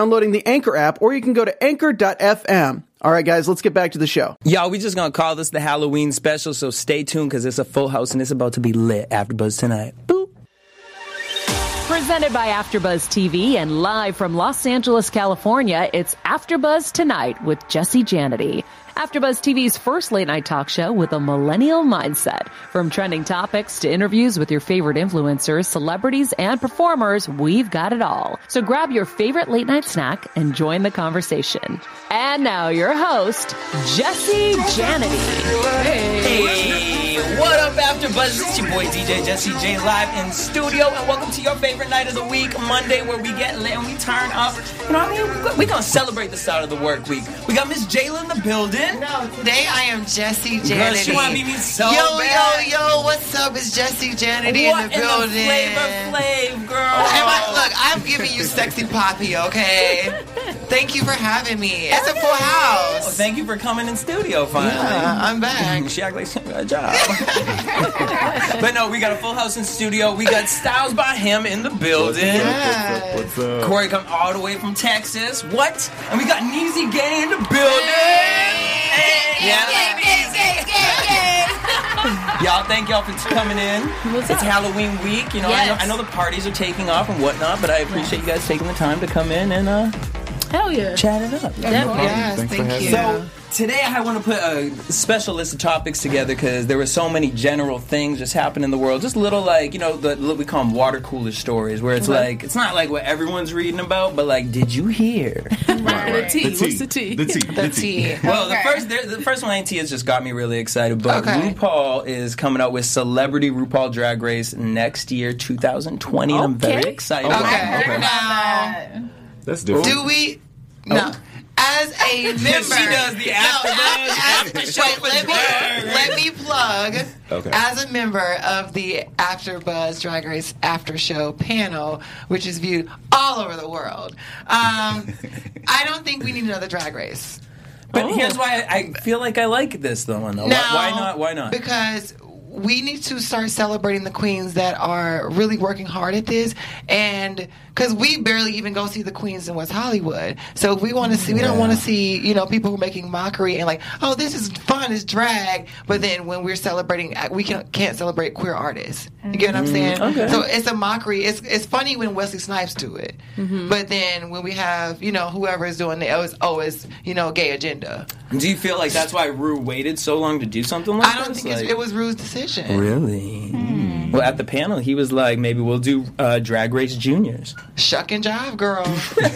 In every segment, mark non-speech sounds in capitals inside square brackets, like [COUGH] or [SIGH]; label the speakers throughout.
Speaker 1: downloading the Anchor app, or you can go to anchor.fm. All right, guys, let's get back to the show.
Speaker 2: Y'all, we just gonna call this the Halloween special, so stay tuned because it's a full house and it's about to be lit after Buzz tonight. Boop.
Speaker 3: Presented by AfterBuzz TV and live from Los Angeles, California, it's AfterBuzz Tonight with Jesse Janity. AfterBuzz TV's first late-night talk show with a millennial mindset. From trending topics to interviews with your favorite influencers, celebrities, and performers, we've got it all. So grab your favorite late-night snack and join the conversation. And now your host, Jesse Janity.
Speaker 4: Hey, what up, After Buzz? It's your boy DJ Jesse J live in studio, and welcome to your favorite night of the week, Monday, where we get lit and we turn up. You know what I mean? We're we gonna celebrate the start of the work week. We got Miss Jayla in the building.
Speaker 5: Today I am Jesse Janity.
Speaker 4: Girl, she wanna be me so
Speaker 5: yo,
Speaker 4: bad.
Speaker 5: yo, yo, what's up? It's Jesse Janity
Speaker 4: what
Speaker 5: in the building.
Speaker 4: flavor flav, girl?
Speaker 5: Am I- look, I'm giving you sexy
Speaker 4: [LAUGHS]
Speaker 5: poppy, okay? Thank you for having me. It's a full house.
Speaker 4: Well, thank you for coming in studio finally.
Speaker 5: Yeah, I'm back.
Speaker 4: She act like she got a job. [LAUGHS] but no, we got a full house in studio. We got Styles by him in the building.
Speaker 5: Yes.
Speaker 4: Corey come all the way from Texas. What? And we got Neasy Gang in the building. Hey, yeah. Y'all, thank y'all for coming in. it's Halloween week. You know,
Speaker 6: Yes.
Speaker 4: I know, I know the parties are taking off and whatnot, but I appreciate you guys taking the time to come in and uh,
Speaker 6: Hell yeah.
Speaker 4: chat it up.
Speaker 5: Yes, thank you.
Speaker 4: So today I want to put a special list of topics together because there were so many general things just happening in the world. Just little like you know the what we call them water cooler stories, where it's like it's not like what everyone's reading about, but like did you hear?
Speaker 6: The tea. What's the tea?
Speaker 7: The tea.
Speaker 5: the tea.
Speaker 4: Well, the first the, the first one I has just got me really excited. But
Speaker 5: Okay.
Speaker 4: RuPaul is coming out with Celebrity RuPaul Drag Race next year, 2020. And I'm very
Speaker 6: Okay.
Speaker 4: excited.
Speaker 5: Okay. Now,
Speaker 7: That's different.
Speaker 5: do we? No.
Speaker 4: Oh.
Speaker 5: As a member,
Speaker 4: [LAUGHS] She does the after buzz, after show
Speaker 5: Wait,
Speaker 4: for
Speaker 5: let me
Speaker 4: drag.
Speaker 5: let me plug.
Speaker 7: Okay.
Speaker 5: As a member of the AfterBuzz Drag Race After Show panel, which is viewed all over the world, um, I don't think we need another Drag Race.
Speaker 4: But here's why I, I feel like I like this though. Why,
Speaker 5: Now,
Speaker 4: why not? Why not?
Speaker 5: Because we need to start celebrating the queens that are really working hard at this, and because we barely even go see the queens in West Hollywood. So if we want to see, we don't want to see, you know, people who are making mockery and like, oh, this is fun, it's drag. But then when we're celebrating, uh, we can, can't celebrate queer artists. You get what
Speaker 4: Mm-hmm.
Speaker 5: I'm saying? So it's a mockery. It's it's funny when Wesley Snipes do it,
Speaker 4: Mm-hmm.
Speaker 5: but then when we have, you know, whoever is doing it, oh, it's always, you know, gay agenda.
Speaker 4: Do you feel like that's why Rue waited so long to do something like
Speaker 5: I don't
Speaker 4: this?
Speaker 5: think it's,
Speaker 4: Like-
Speaker 5: it was Rue's decision.
Speaker 4: really. Well, at the panel, he was like, maybe we'll do uh, Drag Race Juniors.
Speaker 5: Shuck and jive, girl. and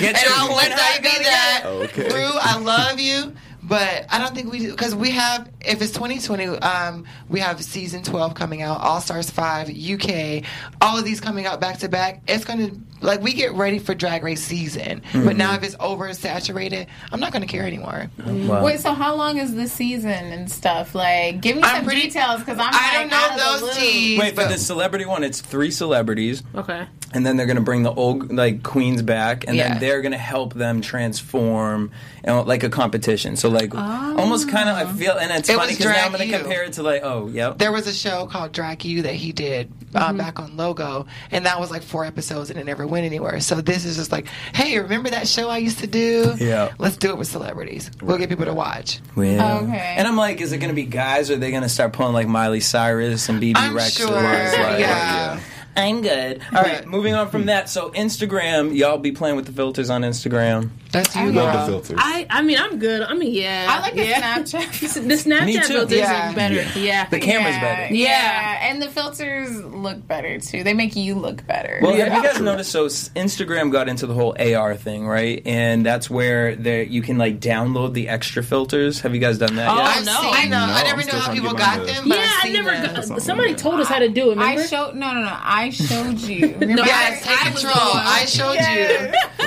Speaker 4: Get
Speaker 5: I'll let
Speaker 4: and I
Speaker 5: that be
Speaker 4: gotta
Speaker 5: that.
Speaker 7: Okay.
Speaker 5: Rue, I love you,
Speaker 8: But I don't think we because we have if it's 2020, um, we have season 12 coming out, All Stars 5, UK, all of these coming out back to back. It's gonna like we get ready for Drag Race season, but
Speaker 4: Mm-hmm.
Speaker 5: Mhm.
Speaker 8: now if it's oversaturated, I'm not gonna care anymore.
Speaker 5: Wait, so how long is the season and stuff? Like, give me some details because I'm.
Speaker 8: I don't
Speaker 5: like,
Speaker 8: know
Speaker 5: out of the
Speaker 8: those
Speaker 5: loop.
Speaker 8: teas,
Speaker 4: Wait, for the celebrity one, it's three celebrities.
Speaker 5: Okay.
Speaker 4: and then they're going to bring the old like queens back and
Speaker 8: Yeah.
Speaker 4: then they're going to help them transform you know, like a competition so like almost kind of i feel and it's
Speaker 8: Ah. It
Speaker 4: funny
Speaker 8: was
Speaker 4: because now i'm
Speaker 8: drag
Speaker 4: going
Speaker 8: you.
Speaker 4: to compare it to like oh yep
Speaker 8: There was a show called Drag U that he did uh,
Speaker 9: Mm-hmm.
Speaker 8: back on Logo, and that was like four episodes, and it never went anywhere. So this is just like, hey, remember that show I used to do?
Speaker 4: Yeah.
Speaker 8: Let's do it with celebrities. We'll get people to watch.
Speaker 4: Yeah.
Speaker 8: Okay.
Speaker 4: And I'm like, is it going to be guys or are they going to start pulling like Miley Cyrus and BB Rex?
Speaker 8: sure,
Speaker 4: and all this, like,
Speaker 8: yeah.
Speaker 4: I'm good. All right, moving on from that. So, Instagram, y'all be playing with the filters on Instagram.
Speaker 8: That's
Speaker 1: you, Love girl. the filters.
Speaker 9: I, I mean, I'm good. I mean, yeah. I like
Speaker 5: the
Speaker 9: [LAUGHS] Snapchat. the Snapchat
Speaker 4: Me too.
Speaker 9: filters
Speaker 4: Yeah.
Speaker 9: are better.
Speaker 4: Yeah.
Speaker 9: Yeah.
Speaker 4: The camera's better.
Speaker 5: Yeah. and the filters look better too. They make you look better.
Speaker 4: Well, have you guys noticed? So s- Instagram got into the whole AR thing, right? And that's where there you can like download the extra filters. Have you guys done that?
Speaker 9: Oh,
Speaker 4: yet?
Speaker 9: I've no. seen I know. I never
Speaker 5: know how people
Speaker 9: got them, but Yeah, I've I seen never them. got- somebody told us how to do it, remember?
Speaker 5: I showed no, no, no. I
Speaker 9: [LAUGHS]
Speaker 5: showed you. Remember,
Speaker 8: Yes, take
Speaker 5: was
Speaker 8: control.
Speaker 5: the one-
Speaker 8: I showed you.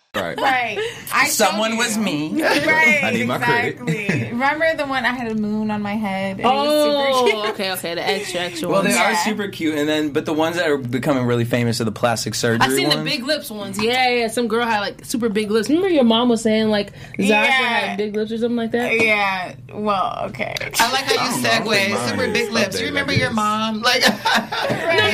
Speaker 10: Right.
Speaker 5: Right. I showed
Speaker 4: Someone
Speaker 5: you.
Speaker 4: was me.
Speaker 5: Right.
Speaker 10: I need my credit.
Speaker 5: exactly. Remember the one I had a moon on my head? and it
Speaker 9: [LAUGHS]
Speaker 5: was super
Speaker 9: Oh,
Speaker 5: cute.
Speaker 9: okay, okay. The extra, extra
Speaker 4: Well, they
Speaker 9: ones.
Speaker 4: are super cute, and then but the ones that are becoming really famous are the plastic surgery
Speaker 9: I seen
Speaker 4: ones.
Speaker 9: the big lips ones. Yeah, yeah. Some girl had like super big lips. Remember your mom was saying like Zaza
Speaker 5: Yeah.
Speaker 9: had big lips or something like that.
Speaker 5: Yeah. Well, okay.
Speaker 8: I like how you segue. Super big lips. You remember your mom? Like,
Speaker 9: No, no.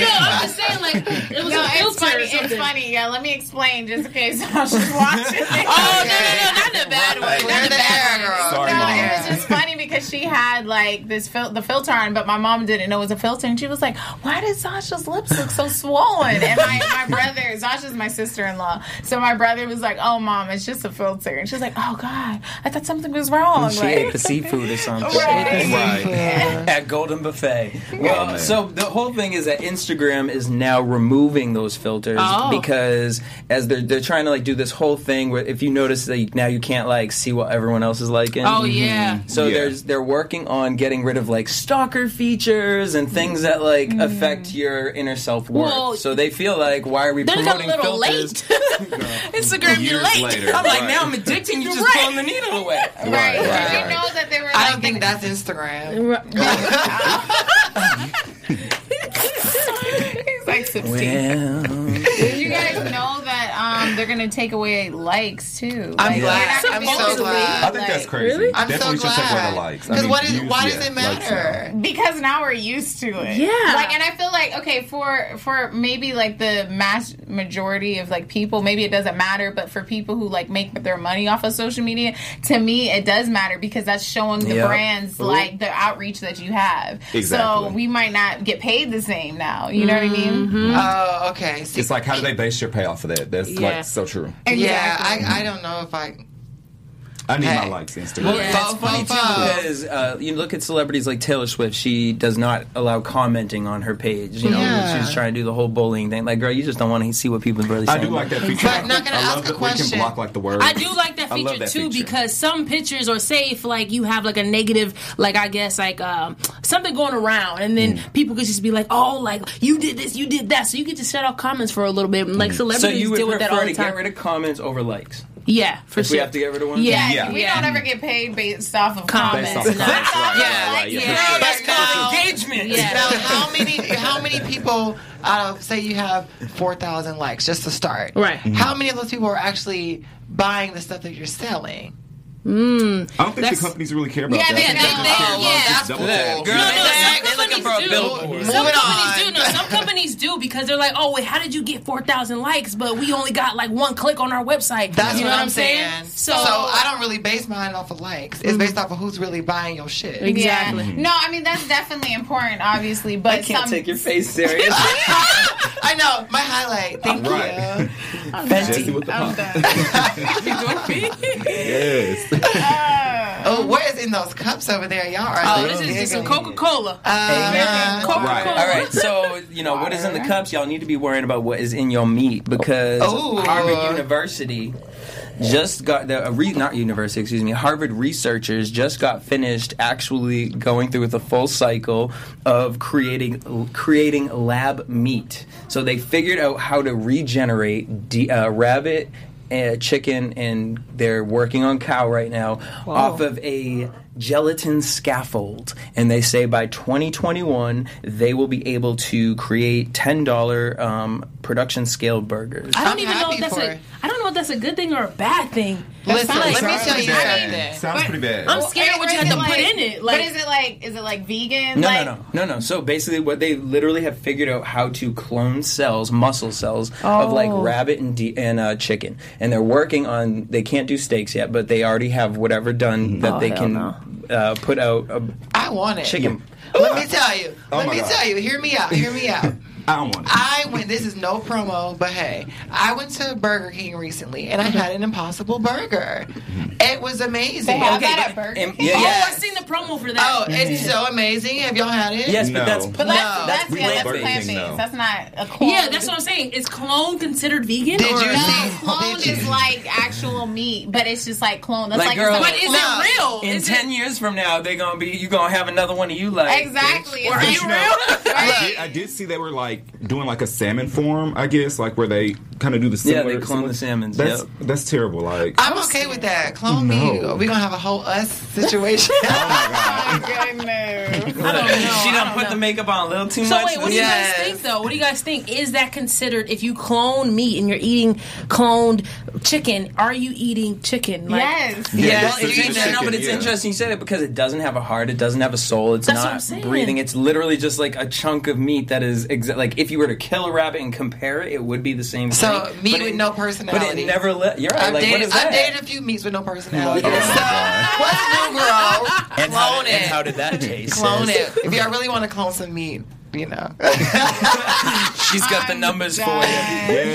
Speaker 9: I'm just saying like it was
Speaker 5: no,
Speaker 9: a
Speaker 5: it's
Speaker 9: filter
Speaker 5: funny.
Speaker 9: or
Speaker 5: It's
Speaker 9: something.
Speaker 5: funny. Yeah, let me explain just in case [LAUGHS] I was just [LAUGHS] watching.
Speaker 9: Oh, no, no, no,
Speaker 5: not in a bad way.
Speaker 9: Not in a bad way. Sorry,
Speaker 5: no,
Speaker 9: Mom.
Speaker 5: it was just funny because she had like this fil- the filter on, but my mom didn't know it was a filter, and she was like, "Why does Sasha's lips look so swollen?" And my, my brother, Sasha's my sister in law, so my brother was like, "Oh, mom, it's just a filter," and she was like, "Oh God, I thought something was wrong."
Speaker 4: she
Speaker 5: Like-
Speaker 4: ate the seafood or something.
Speaker 5: Right. Right.
Speaker 4: [LAUGHS] At Golden Buffet. Well,
Speaker 5: man.
Speaker 4: so the whole thing is that Instagram is now removing those filters
Speaker 5: Oh.
Speaker 4: because as they're they're trying to like do this whole thing where if you notice that you- now you can't like see what everyone else is liking. Mm-hmm.
Speaker 9: Oh, yeah.
Speaker 4: So
Speaker 9: Yeah.
Speaker 4: there's they're working on getting rid of like stalker features and things that like affect your inner self worth.
Speaker 9: Well,
Speaker 4: so they feel like why are we
Speaker 9: They got a
Speaker 4: promoting
Speaker 9: little
Speaker 4: [LAUGHS] filters?
Speaker 9: late. Instagram,
Speaker 4: Years
Speaker 9: you're late. [LAUGHS]
Speaker 4: later, I'm like, right. now I'm addicted. You just pulling the needle away.
Speaker 5: Right.
Speaker 4: Right,
Speaker 5: Did you
Speaker 4: right.
Speaker 5: know that they were?
Speaker 8: I don't think that's Instagram.
Speaker 9: [LAUGHS]
Speaker 4: [LAUGHS]
Speaker 5: He's like 16. Did you guys know that um, they're gonna take away likes too?
Speaker 8: I'm
Speaker 5: Like,
Speaker 8: glad.
Speaker 5: you're not
Speaker 8: I'm
Speaker 5: gonna be
Speaker 8: so
Speaker 5: able to
Speaker 8: glad.
Speaker 1: I think that's
Speaker 5: like-
Speaker 1: crazy.
Speaker 5: Really?
Speaker 8: I'm so
Speaker 1: Definitely should take away
Speaker 8: glad.
Speaker 1: the likes. I
Speaker 8: 'Cause
Speaker 1: mean,
Speaker 8: what is-
Speaker 1: views,
Speaker 8: why does
Speaker 1: yeah,
Speaker 8: it
Speaker 1: likes,
Speaker 8: matter?
Speaker 5: because now we're used to it.
Speaker 9: Yeah.
Speaker 5: Like, and I feel like okay for for maybe like the mass majority of like people, maybe it doesn't matter. But for people who like make their money off of social media, to me it does matter because that's showing the
Speaker 1: Yep.
Speaker 5: brands
Speaker 1: Ooh.
Speaker 5: like the outreach that you have.
Speaker 1: Exactly.
Speaker 5: So we might not get paid the same now. You know what I mean?
Speaker 8: Oh, okay. See,
Speaker 1: It's like, how do they base your pay off of that? That's
Speaker 8: Yeah.
Speaker 1: like so true.
Speaker 8: Yeah, I, I don't know if I.
Speaker 1: I need my likes Instagram.
Speaker 4: Well, that's funny too because uh, you look at celebrities like Taylor Swift. She does not allow commenting on her page. You know,
Speaker 8: Yeah.
Speaker 4: she's trying to do the whole bullying thing. Like, girl, you just don't want to see what people really.
Speaker 1: I
Speaker 4: saying
Speaker 1: do like
Speaker 4: about
Speaker 1: that
Speaker 4: you.
Speaker 1: feature.
Speaker 8: But not gonna
Speaker 1: I
Speaker 8: ask
Speaker 1: love
Speaker 8: a
Speaker 1: that We
Speaker 8: question.
Speaker 1: can block like the words.
Speaker 9: I do like that
Speaker 1: I
Speaker 9: feature
Speaker 1: love that
Speaker 9: too
Speaker 1: feature.
Speaker 9: because some pictures are safe. Like you have like a negative, like I guess like um, something going around, and then
Speaker 4: Mm.
Speaker 9: people could just be like, "Oh, like you did this, you did that," so you get to shut off comments for a little bit. Like celebrities
Speaker 4: Mm. So you would
Speaker 9: deal with that all
Speaker 4: prefer
Speaker 9: the
Speaker 4: to
Speaker 9: time.
Speaker 4: get rid of comments over likes?
Speaker 9: yeah, for
Speaker 4: if
Speaker 9: sure.
Speaker 4: we have to get rid of one.
Speaker 9: Yeah,
Speaker 5: Yeah, we don't ever get paid based off of comments.
Speaker 4: Based off of comments, right,
Speaker 5: Yeah,
Speaker 4: right, right, yeah.
Speaker 5: yeah.
Speaker 4: That's called engagement.
Speaker 8: Now, how many how many people out
Speaker 5: uh,
Speaker 8: of say you have four thousand likes just to start?
Speaker 4: Mm.
Speaker 9: Right.
Speaker 8: How many of those people are actually buying the stuff that you're selling?
Speaker 9: Mm.
Speaker 7: I don't think
Speaker 9: That's-
Speaker 7: the companies really care about
Speaker 9: Yeah,
Speaker 7: that.
Speaker 9: they-
Speaker 7: think
Speaker 9: they-
Speaker 7: just
Speaker 9: they-
Speaker 7: care about
Speaker 9: yeah,
Speaker 7: just
Speaker 9: that's
Speaker 7: double
Speaker 9: cool.
Speaker 7: tap.
Speaker 9: Girl, No, no, they- some
Speaker 7: they looking for a billboard.
Speaker 9: Some companies do. No, some companies do because they're like, oh wait, how did you get four thousand likes? But we only got like one click on our website.
Speaker 5: That's
Speaker 9: you
Speaker 5: what,
Speaker 9: know
Speaker 5: I'm saying.
Speaker 9: So, Mm-hmm.
Speaker 5: I don't really base mine off of likes. It's based off of who's really buying your shit.
Speaker 11: Exactly. No, I mean that's definitely important, obviously. But
Speaker 5: I can't
Speaker 11: some,
Speaker 5: [LAUGHS] take
Speaker 4: your
Speaker 9: [LAUGHS]
Speaker 4: face seriously.
Speaker 5: I know my highlight. Thank you.
Speaker 7: Jesse with the pop. [LAUGHS] Yes.
Speaker 5: Oh, what is in those cups over there? Y'all are. Uh-huh.
Speaker 9: Oh, this is just some Coca Cola.
Speaker 5: Uh, Amen.
Speaker 9: Coca
Speaker 4: Right.
Speaker 9: Cola.
Speaker 4: All right. So you know what is in the cups. Y'all need to be worrying about what is in your meat because
Speaker 9: Ooh.
Speaker 4: Harvard University just got the a re, not university, excuse me. Harvard researchers just got finished actually going through with a full cycle of creating creating lab meat. So they figured out how to regenerate de- uh, rabbit. Uh, chicken and they're working on cow right now off of a gelatin scaffold and they say by 2021 they will be able to create $10 um, production scale burgers
Speaker 9: I don't even know if that's a. I don't know if that's a good thing or a bad thing.
Speaker 5: Listen, let me tell you
Speaker 11: I mean,
Speaker 5: something.
Speaker 7: Sounds pretty bad.
Speaker 9: I'm scared
Speaker 11: or
Speaker 9: what you
Speaker 11: is
Speaker 9: have to
Speaker 11: it
Speaker 9: put
Speaker 11: like-
Speaker 9: in it.
Speaker 11: but
Speaker 9: Like,
Speaker 11: is it like is it like vegan?
Speaker 4: no,
Speaker 11: like,
Speaker 4: no, no, no, no. So basically, what they literally have figured out how to clone cells, muscle cells of like
Speaker 12: Oh.
Speaker 4: rabbit and de- and uh, chicken, and they're working on. They can't do steaks yet, but they already have whatever done that
Speaker 5: Oh,
Speaker 4: they
Speaker 5: hell
Speaker 4: can
Speaker 5: no.
Speaker 4: uh, put out. A
Speaker 5: I want it.
Speaker 4: Chicken.
Speaker 5: Let me tell you.
Speaker 4: Oh
Speaker 5: Let
Speaker 4: my
Speaker 5: me
Speaker 4: God.
Speaker 5: tell you. Hear me out. Hear me out.
Speaker 7: I don't want
Speaker 5: I went. This is no promo, but hey, I went to Burger King recently and I had an Impossible Burger. It was amazing.
Speaker 9: They have Okay, that at Burger
Speaker 4: King? yeah, yeah.
Speaker 9: Oh, I've seen the promo for that.
Speaker 5: Oh, it's so amazing. Have y'all had it?
Speaker 4: Yes, but No. that's-
Speaker 5: no.
Speaker 4: But that's- that's- We yeah, love that's Burger King,
Speaker 11: plant based.
Speaker 4: though.
Speaker 11: That's not a clone.
Speaker 9: yeah, that's what I'm saying. Is clone considered vegan?
Speaker 11: Did
Speaker 9: or
Speaker 11: you see- Clone is like actual meat, but it's just like clone. That's like,
Speaker 4: girl,
Speaker 11: it's like clone.
Speaker 4: In ten years from now, they're gonna be you gonna have another one of you like
Speaker 11: Exactly.
Speaker 4: bitch.
Speaker 11: It's like-
Speaker 8: [LAUGHS]
Speaker 7: I did, I did see they were like doing like a salmon form, I guess, like where they kind of do the similar.
Speaker 4: they clone the salmons,
Speaker 7: That's
Speaker 4: yep.
Speaker 7: that's terrible. Like
Speaker 5: I'm okay with that.
Speaker 4: Oh,
Speaker 5: Clone me.
Speaker 7: No.
Speaker 5: We're gonna have a whole us
Speaker 13: [LAUGHS]
Speaker 5: situation.
Speaker 4: [LAUGHS] She done put the makeup on a little too
Speaker 9: So
Speaker 4: much.
Speaker 9: wait, what do you guys think though? What do you guys think? Is that considered if you clone meat and you're eating cloned chicken? Are you eating chicken?
Speaker 11: [LAUGHS] Yes.
Speaker 4: Yeah,
Speaker 9: Well,
Speaker 4: it's
Speaker 9: you
Speaker 4: interesting.
Speaker 9: know,
Speaker 4: No, but it's
Speaker 9: yeah.
Speaker 4: interesting you said it because it doesn't have a heart. It doesn't have a soul. It's
Speaker 9: That's what I'm
Speaker 4: not
Speaker 9: saying.
Speaker 4: breathing. It's literally just like a chunk of meat that is exa- like if you were to kill a rabbit and compare it, it would be the same
Speaker 5: So,
Speaker 4: thing.
Speaker 5: meat
Speaker 4: but
Speaker 5: with
Speaker 4: it,
Speaker 5: no
Speaker 4: But
Speaker 5: personality.
Speaker 4: it never. let you're right.
Speaker 5: I've,
Speaker 4: Like what
Speaker 5: dated,
Speaker 4: is that?
Speaker 5: I've dated a few meats with no personality.
Speaker 4: Oh,
Speaker 5: [LAUGHS] What's new, girl?
Speaker 4: and, how
Speaker 5: Clone
Speaker 4: did, and
Speaker 5: it.
Speaker 4: how did that taste?
Speaker 5: Clone it. If y'all really want to clone some meat, you know.
Speaker 4: She's got the numbers for you.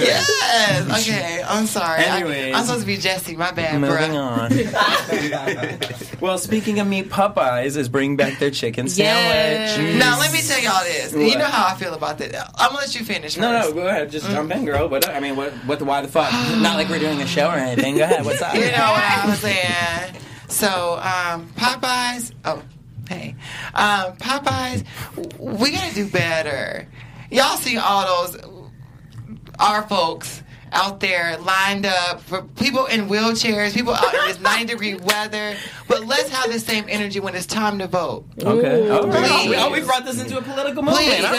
Speaker 5: Yes. Okay. I'm sorry.
Speaker 4: Anyways.
Speaker 5: I, am supposed to be Jesse. My bad,
Speaker 4: Moving
Speaker 5: bro.
Speaker 4: on. [LAUGHS] well, speaking of meat, Popeyes is bringing back their chicken
Speaker 5: Yes.
Speaker 4: sandwich.
Speaker 5: Now let me tell y'all this. You
Speaker 4: What?
Speaker 5: know how I feel about that. I'm gonna let you finish.
Speaker 4: No,
Speaker 5: first.
Speaker 4: no, go ahead. Just jump in, girl. What? I mean, what? What the? Why the fuck? Not like we're doing a show or anything. Go ahead. What's up?
Speaker 5: You know what I'm saying? So, um, Popeyes. Oh, hey, um, Popeyes. w- We gotta do better. Y'all see all those our folks out there lined up for people in wheelchairs, people out in this 90 degree weather. But let's have the same energy when it's time to vote.
Speaker 4: Okay. All right. Oh, we,
Speaker 5: Please.
Speaker 4: oh, we brought this into a political moment.
Speaker 5: Please,
Speaker 4: All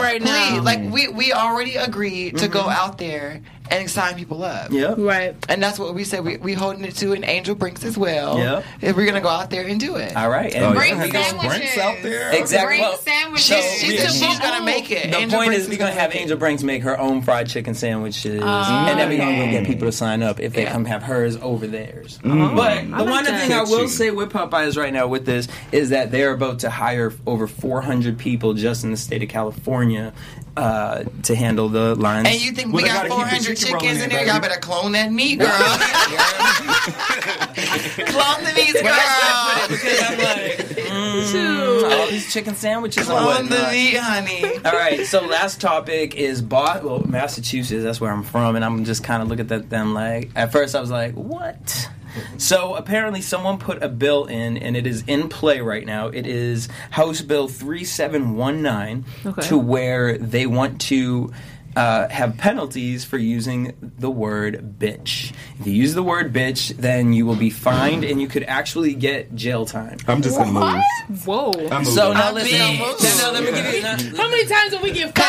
Speaker 4: right.
Speaker 5: Please, like we we already agreed to go out there and sign people up.
Speaker 4: Yep.
Speaker 9: Right.
Speaker 5: And that's what we said. We we holding it to, and Angel Brinks as well.
Speaker 4: Yep.
Speaker 5: If we're gonna go out there and do it.
Speaker 4: All right. And
Speaker 5: Bring
Speaker 4: we're gonna-
Speaker 5: sandwiches.
Speaker 7: out there.
Speaker 4: Exactly.
Speaker 5: Bring
Speaker 4: Well,
Speaker 5: sandwiches.
Speaker 4: so
Speaker 5: She's- she's
Speaker 4: yeah,
Speaker 5: the vote gonna make it.
Speaker 4: The
Speaker 5: Angel
Speaker 4: point
Speaker 5: Brinks
Speaker 4: is, we're gonna have Angel Brinks make her own fried chicken sandwiches,
Speaker 5: Oh,
Speaker 4: and then we're gonna go get people to sign up if they come have hers over theirs.
Speaker 12: Mm.
Speaker 4: But
Speaker 12: I
Speaker 4: the
Speaker 12: like
Speaker 4: one
Speaker 12: that.
Speaker 4: thing I will
Speaker 12: Kitchen.
Speaker 4: say with Popeyes right now with this is that they're about to hire over 400 people just in the state of California uh, to handle the lines.
Speaker 5: And you think we got 400 chickens in there? Y'all better clone that
Speaker 4: [LAUGHS]
Speaker 5: meat, girl. clone the meat, girl.
Speaker 4: Mm, all these chicken sandwiches and
Speaker 5: Clone the
Speaker 4: whatnot. [LAUGHS]
Speaker 5: meat, honey.
Speaker 4: All right, so last topic is Boston, well, Massachusetts. That's where I'm from, and I'm just kind of looking at them like. At first, I was like, "What?" So apparently, someone put a bill in, and it is in play right now. It is House Bill three seven one nine,
Speaker 12: Okay.
Speaker 4: to where they want to uh, have penalties for using the word bitch. If you use the word bitch, then you will be fined and you could actually get jail time.
Speaker 7: I'm just gonna move.
Speaker 9: Whoa.
Speaker 4: I'm so now
Speaker 13: I'm
Speaker 4: listen.
Speaker 13: being-
Speaker 4: No, no, let me give you.
Speaker 9: How many times have we get
Speaker 4: Oh,
Speaker 9: fucked?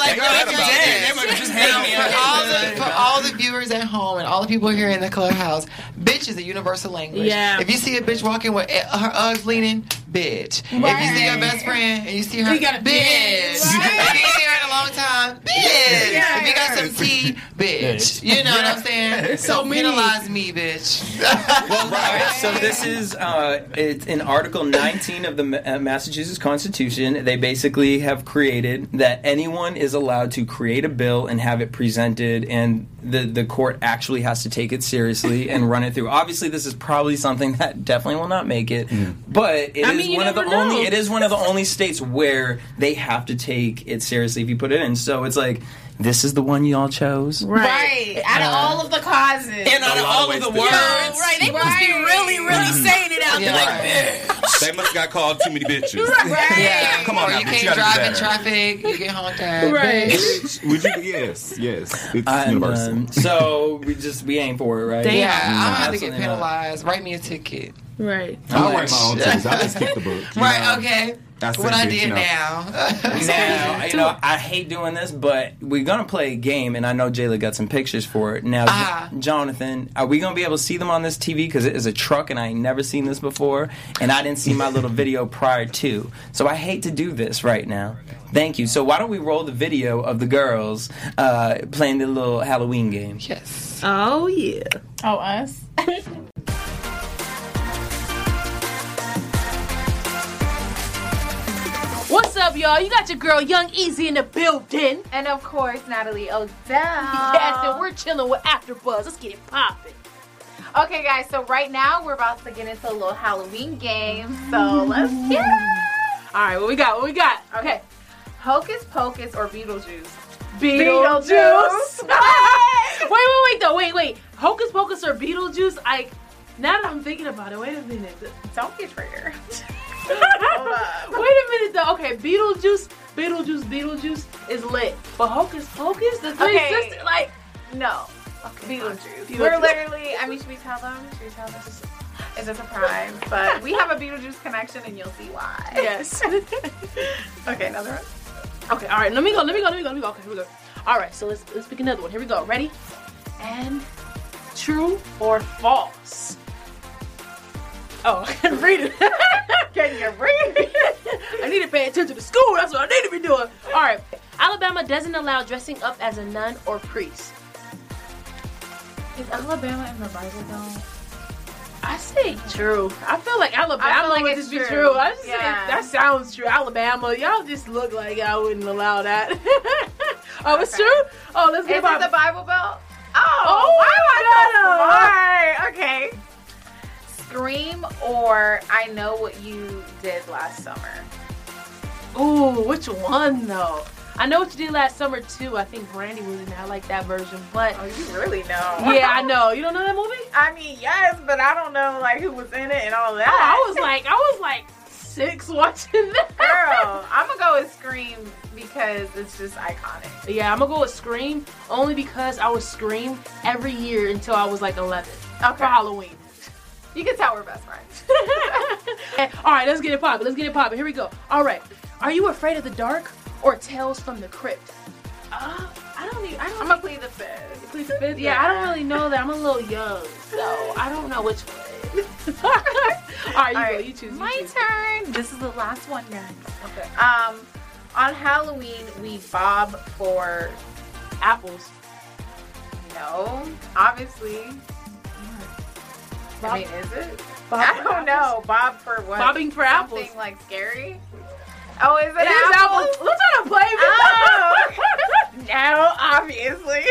Speaker 13: Like, girl, that's dead. They would've just hanged me
Speaker 5: For all, the, for
Speaker 13: out.
Speaker 5: all the viewers at home and all the people here in the clubhouse, bitch is a universal language.
Speaker 9: Yeah.
Speaker 5: If you see a bitch walking with uh, her Uggs leaning, bitch. If you see your best friend and you see her,
Speaker 9: You got a
Speaker 5: bitch. If you ain't seen her in a long time, bitch.
Speaker 9: Yeah.
Speaker 5: If you got some tea, bitch. You know what I'm [LAUGHS] saying?
Speaker 9: So
Speaker 5: Don't
Speaker 9: many.
Speaker 5: penalize me, bitch.
Speaker 4: Well, all right. So this is uh, it's in Article 19 of the Ma- uh, Massachusetts Constitution. They basically have created that anyone is allowed to create a bill and have it presented, and the the court actually has to take it seriously and run it through. Obviously, this is probably something that definitely will not make it, but it is
Speaker 9: I mean, you
Speaker 4: one of the
Speaker 9: never know.
Speaker 4: only. It is one of the only states where they have to take it seriously if you put it in. So it's like. This is the one y'all chose.
Speaker 14: Right. Out of
Speaker 4: Uh,
Speaker 14: all of the causes.
Speaker 13: And out of all of the words.
Speaker 14: Right. They must be really, really saying it out there. Like,
Speaker 7: they must have got called too many bitches.
Speaker 5: Yeah.
Speaker 7: Come on,
Speaker 5: or
Speaker 7: now,
Speaker 5: you
Speaker 7: bitch,
Speaker 5: can't
Speaker 7: you gotta do
Speaker 5: drive in
Speaker 7: better.
Speaker 5: traffic, you get honked at.
Speaker 9: Right.
Speaker 5: Bitch.
Speaker 7: Would you? Yes, yes. It's
Speaker 4: And,
Speaker 7: universal. Mm-hmm.
Speaker 4: um, so we just we aim for it, right?
Speaker 9: Damn.
Speaker 5: Yeah,
Speaker 9: Yeah,
Speaker 5: I'm gonna have to get
Speaker 4: absolutely not.
Speaker 5: penalized. Write me a ticket.
Speaker 9: Right.
Speaker 7: I'll write my own tickets. I'll just keep the book. you know.
Speaker 5: Right, okay.
Speaker 7: I
Speaker 5: That's
Speaker 7: said
Speaker 5: what I
Speaker 7: bitch,
Speaker 5: did
Speaker 7: you know.
Speaker 5: now.
Speaker 4: Now, you know, I hate doing this, but we're gonna play a game, and I know Jayla got some pictures for it. Now,
Speaker 5: Ah.
Speaker 4: J- Jonathan, are we gonna be able to see them on this TV? Because it is a truck, and I ain't never seen this before, and I didn't see
Speaker 7: [LAUGHS]
Speaker 4: my little video prior to. So I hate to do this right now. Thank you. So why don't we roll the video of the girls uh, playing the little Halloween game?
Speaker 5: yes.
Speaker 9: Oh yeah.
Speaker 14: oh, us?
Speaker 9: [LAUGHS] What's up, y'all? You got your girl Young Easy in the building.
Speaker 14: [LAUGHS] And of course, Natalie Odell.
Speaker 9: Yes,
Speaker 14: Uh-huh.
Speaker 9: and we're chilling with AfterBuzz. Let's get it popping.
Speaker 14: Okay, guys, so right now we're about to get into a little Halloween game. So let's get it.
Speaker 9: All right, what we got? What we got?
Speaker 14: Okay. Hocus Pocus or Beetlejuice?
Speaker 9: Beetlejuice. [LAUGHS] wait, wait, wait, though. Wait, wait. Hocus Pocus or Beetlejuice? Like, now that I'm thinking about it, wait a minute.
Speaker 14: Don't get
Speaker 9: [LAUGHS]
Speaker 14: triggered.
Speaker 9: wait a minute, though. Okay, Beetlejuice, Beetlejuice, Beetlejuice is lit. But Hocus Pocus, the three
Speaker 14: Okay.
Speaker 9: sisters, like,
Speaker 14: No. Beetlejuice. We're literally, I mean, should we tell them? Should we tell them? It's a surprise, but we have a Beetlejuice connection and you'll see why.
Speaker 9: Yes.
Speaker 14: okay, another one.
Speaker 9: [LAUGHS] Okay, all right. Let me go. Let me go. Let me go. Let me go. Okay, here we go. All right, so let's let's pick another one. Here we go. Ready? And true or false? Oh, read it.
Speaker 14: Can you read?
Speaker 9: I need to pay attention to school. That's what I need to be doing. All right. Alabama doesn't allow dressing up as a nun or priest.
Speaker 14: Is Alabama in the Bible though?
Speaker 9: I say true. I feel like Alabama
Speaker 14: I feel like
Speaker 9: would
Speaker 14: it's
Speaker 9: just be
Speaker 14: true.
Speaker 9: true. I just
Speaker 14: Yeah.
Speaker 9: it, that sounds true. Alabama, y'all just look like y'all wouldn't allow that. [LAUGHS] oh, it's
Speaker 14: Okay.
Speaker 9: true. Oh, let's
Speaker 14: Is
Speaker 9: get
Speaker 14: it the
Speaker 9: about.
Speaker 14: Bible Belt? Oh,
Speaker 9: Oh,
Speaker 14: I was so smart. Okay. Scream or I know what you did last summer.
Speaker 9: Ooh, which one though? I know what you did last summer too. I think Brandy was in. it. I like that version, but
Speaker 14: Oh, you really know.
Speaker 9: yeah, I know. You don't know that movie?
Speaker 14: I mean, yes, but I don't know like who was in it and all that.
Speaker 9: Oh, I was like, I was like six [LAUGHS] watching that.
Speaker 14: girl, I'm gonna go with Scream because it's just iconic.
Speaker 9: Yeah, I'm gonna go with Scream only because I was Scream every year until I was like 11 for
Speaker 14: Okay.
Speaker 9: Halloween.
Speaker 14: You can tell we're best friends.
Speaker 9: Eh, All right, let's get it poppin'. Let's get it poppin'. Here we go. All right, are you afraid of the dark or Tales from the Crypt? Uh, I don't even. I don't.
Speaker 14: I'm gonna plead the fifth.
Speaker 9: Please, fifth- yeah, I don't really know that. I'm a little young, so I don't know which one. [LAUGHS] All right, you
Speaker 14: All
Speaker 9: go.
Speaker 14: right,
Speaker 9: You choose. You
Speaker 14: My
Speaker 9: choose.
Speaker 14: turn. This is the last one, guys.
Speaker 9: Okay.
Speaker 14: Um, on Halloween we bob for
Speaker 9: Apples.
Speaker 14: no, obviously.
Speaker 9: Bob-
Speaker 14: I mean, is it?
Speaker 9: Bob
Speaker 14: I
Speaker 9: for
Speaker 14: don't know. Bob for what?
Speaker 9: Bobbing for apples.
Speaker 14: Something like scary. Oh, is it,
Speaker 9: It is
Speaker 14: apples?
Speaker 9: apples. We're trying to play
Speaker 14: Oh. [LAUGHS]
Speaker 9: me.
Speaker 14: no, obviously.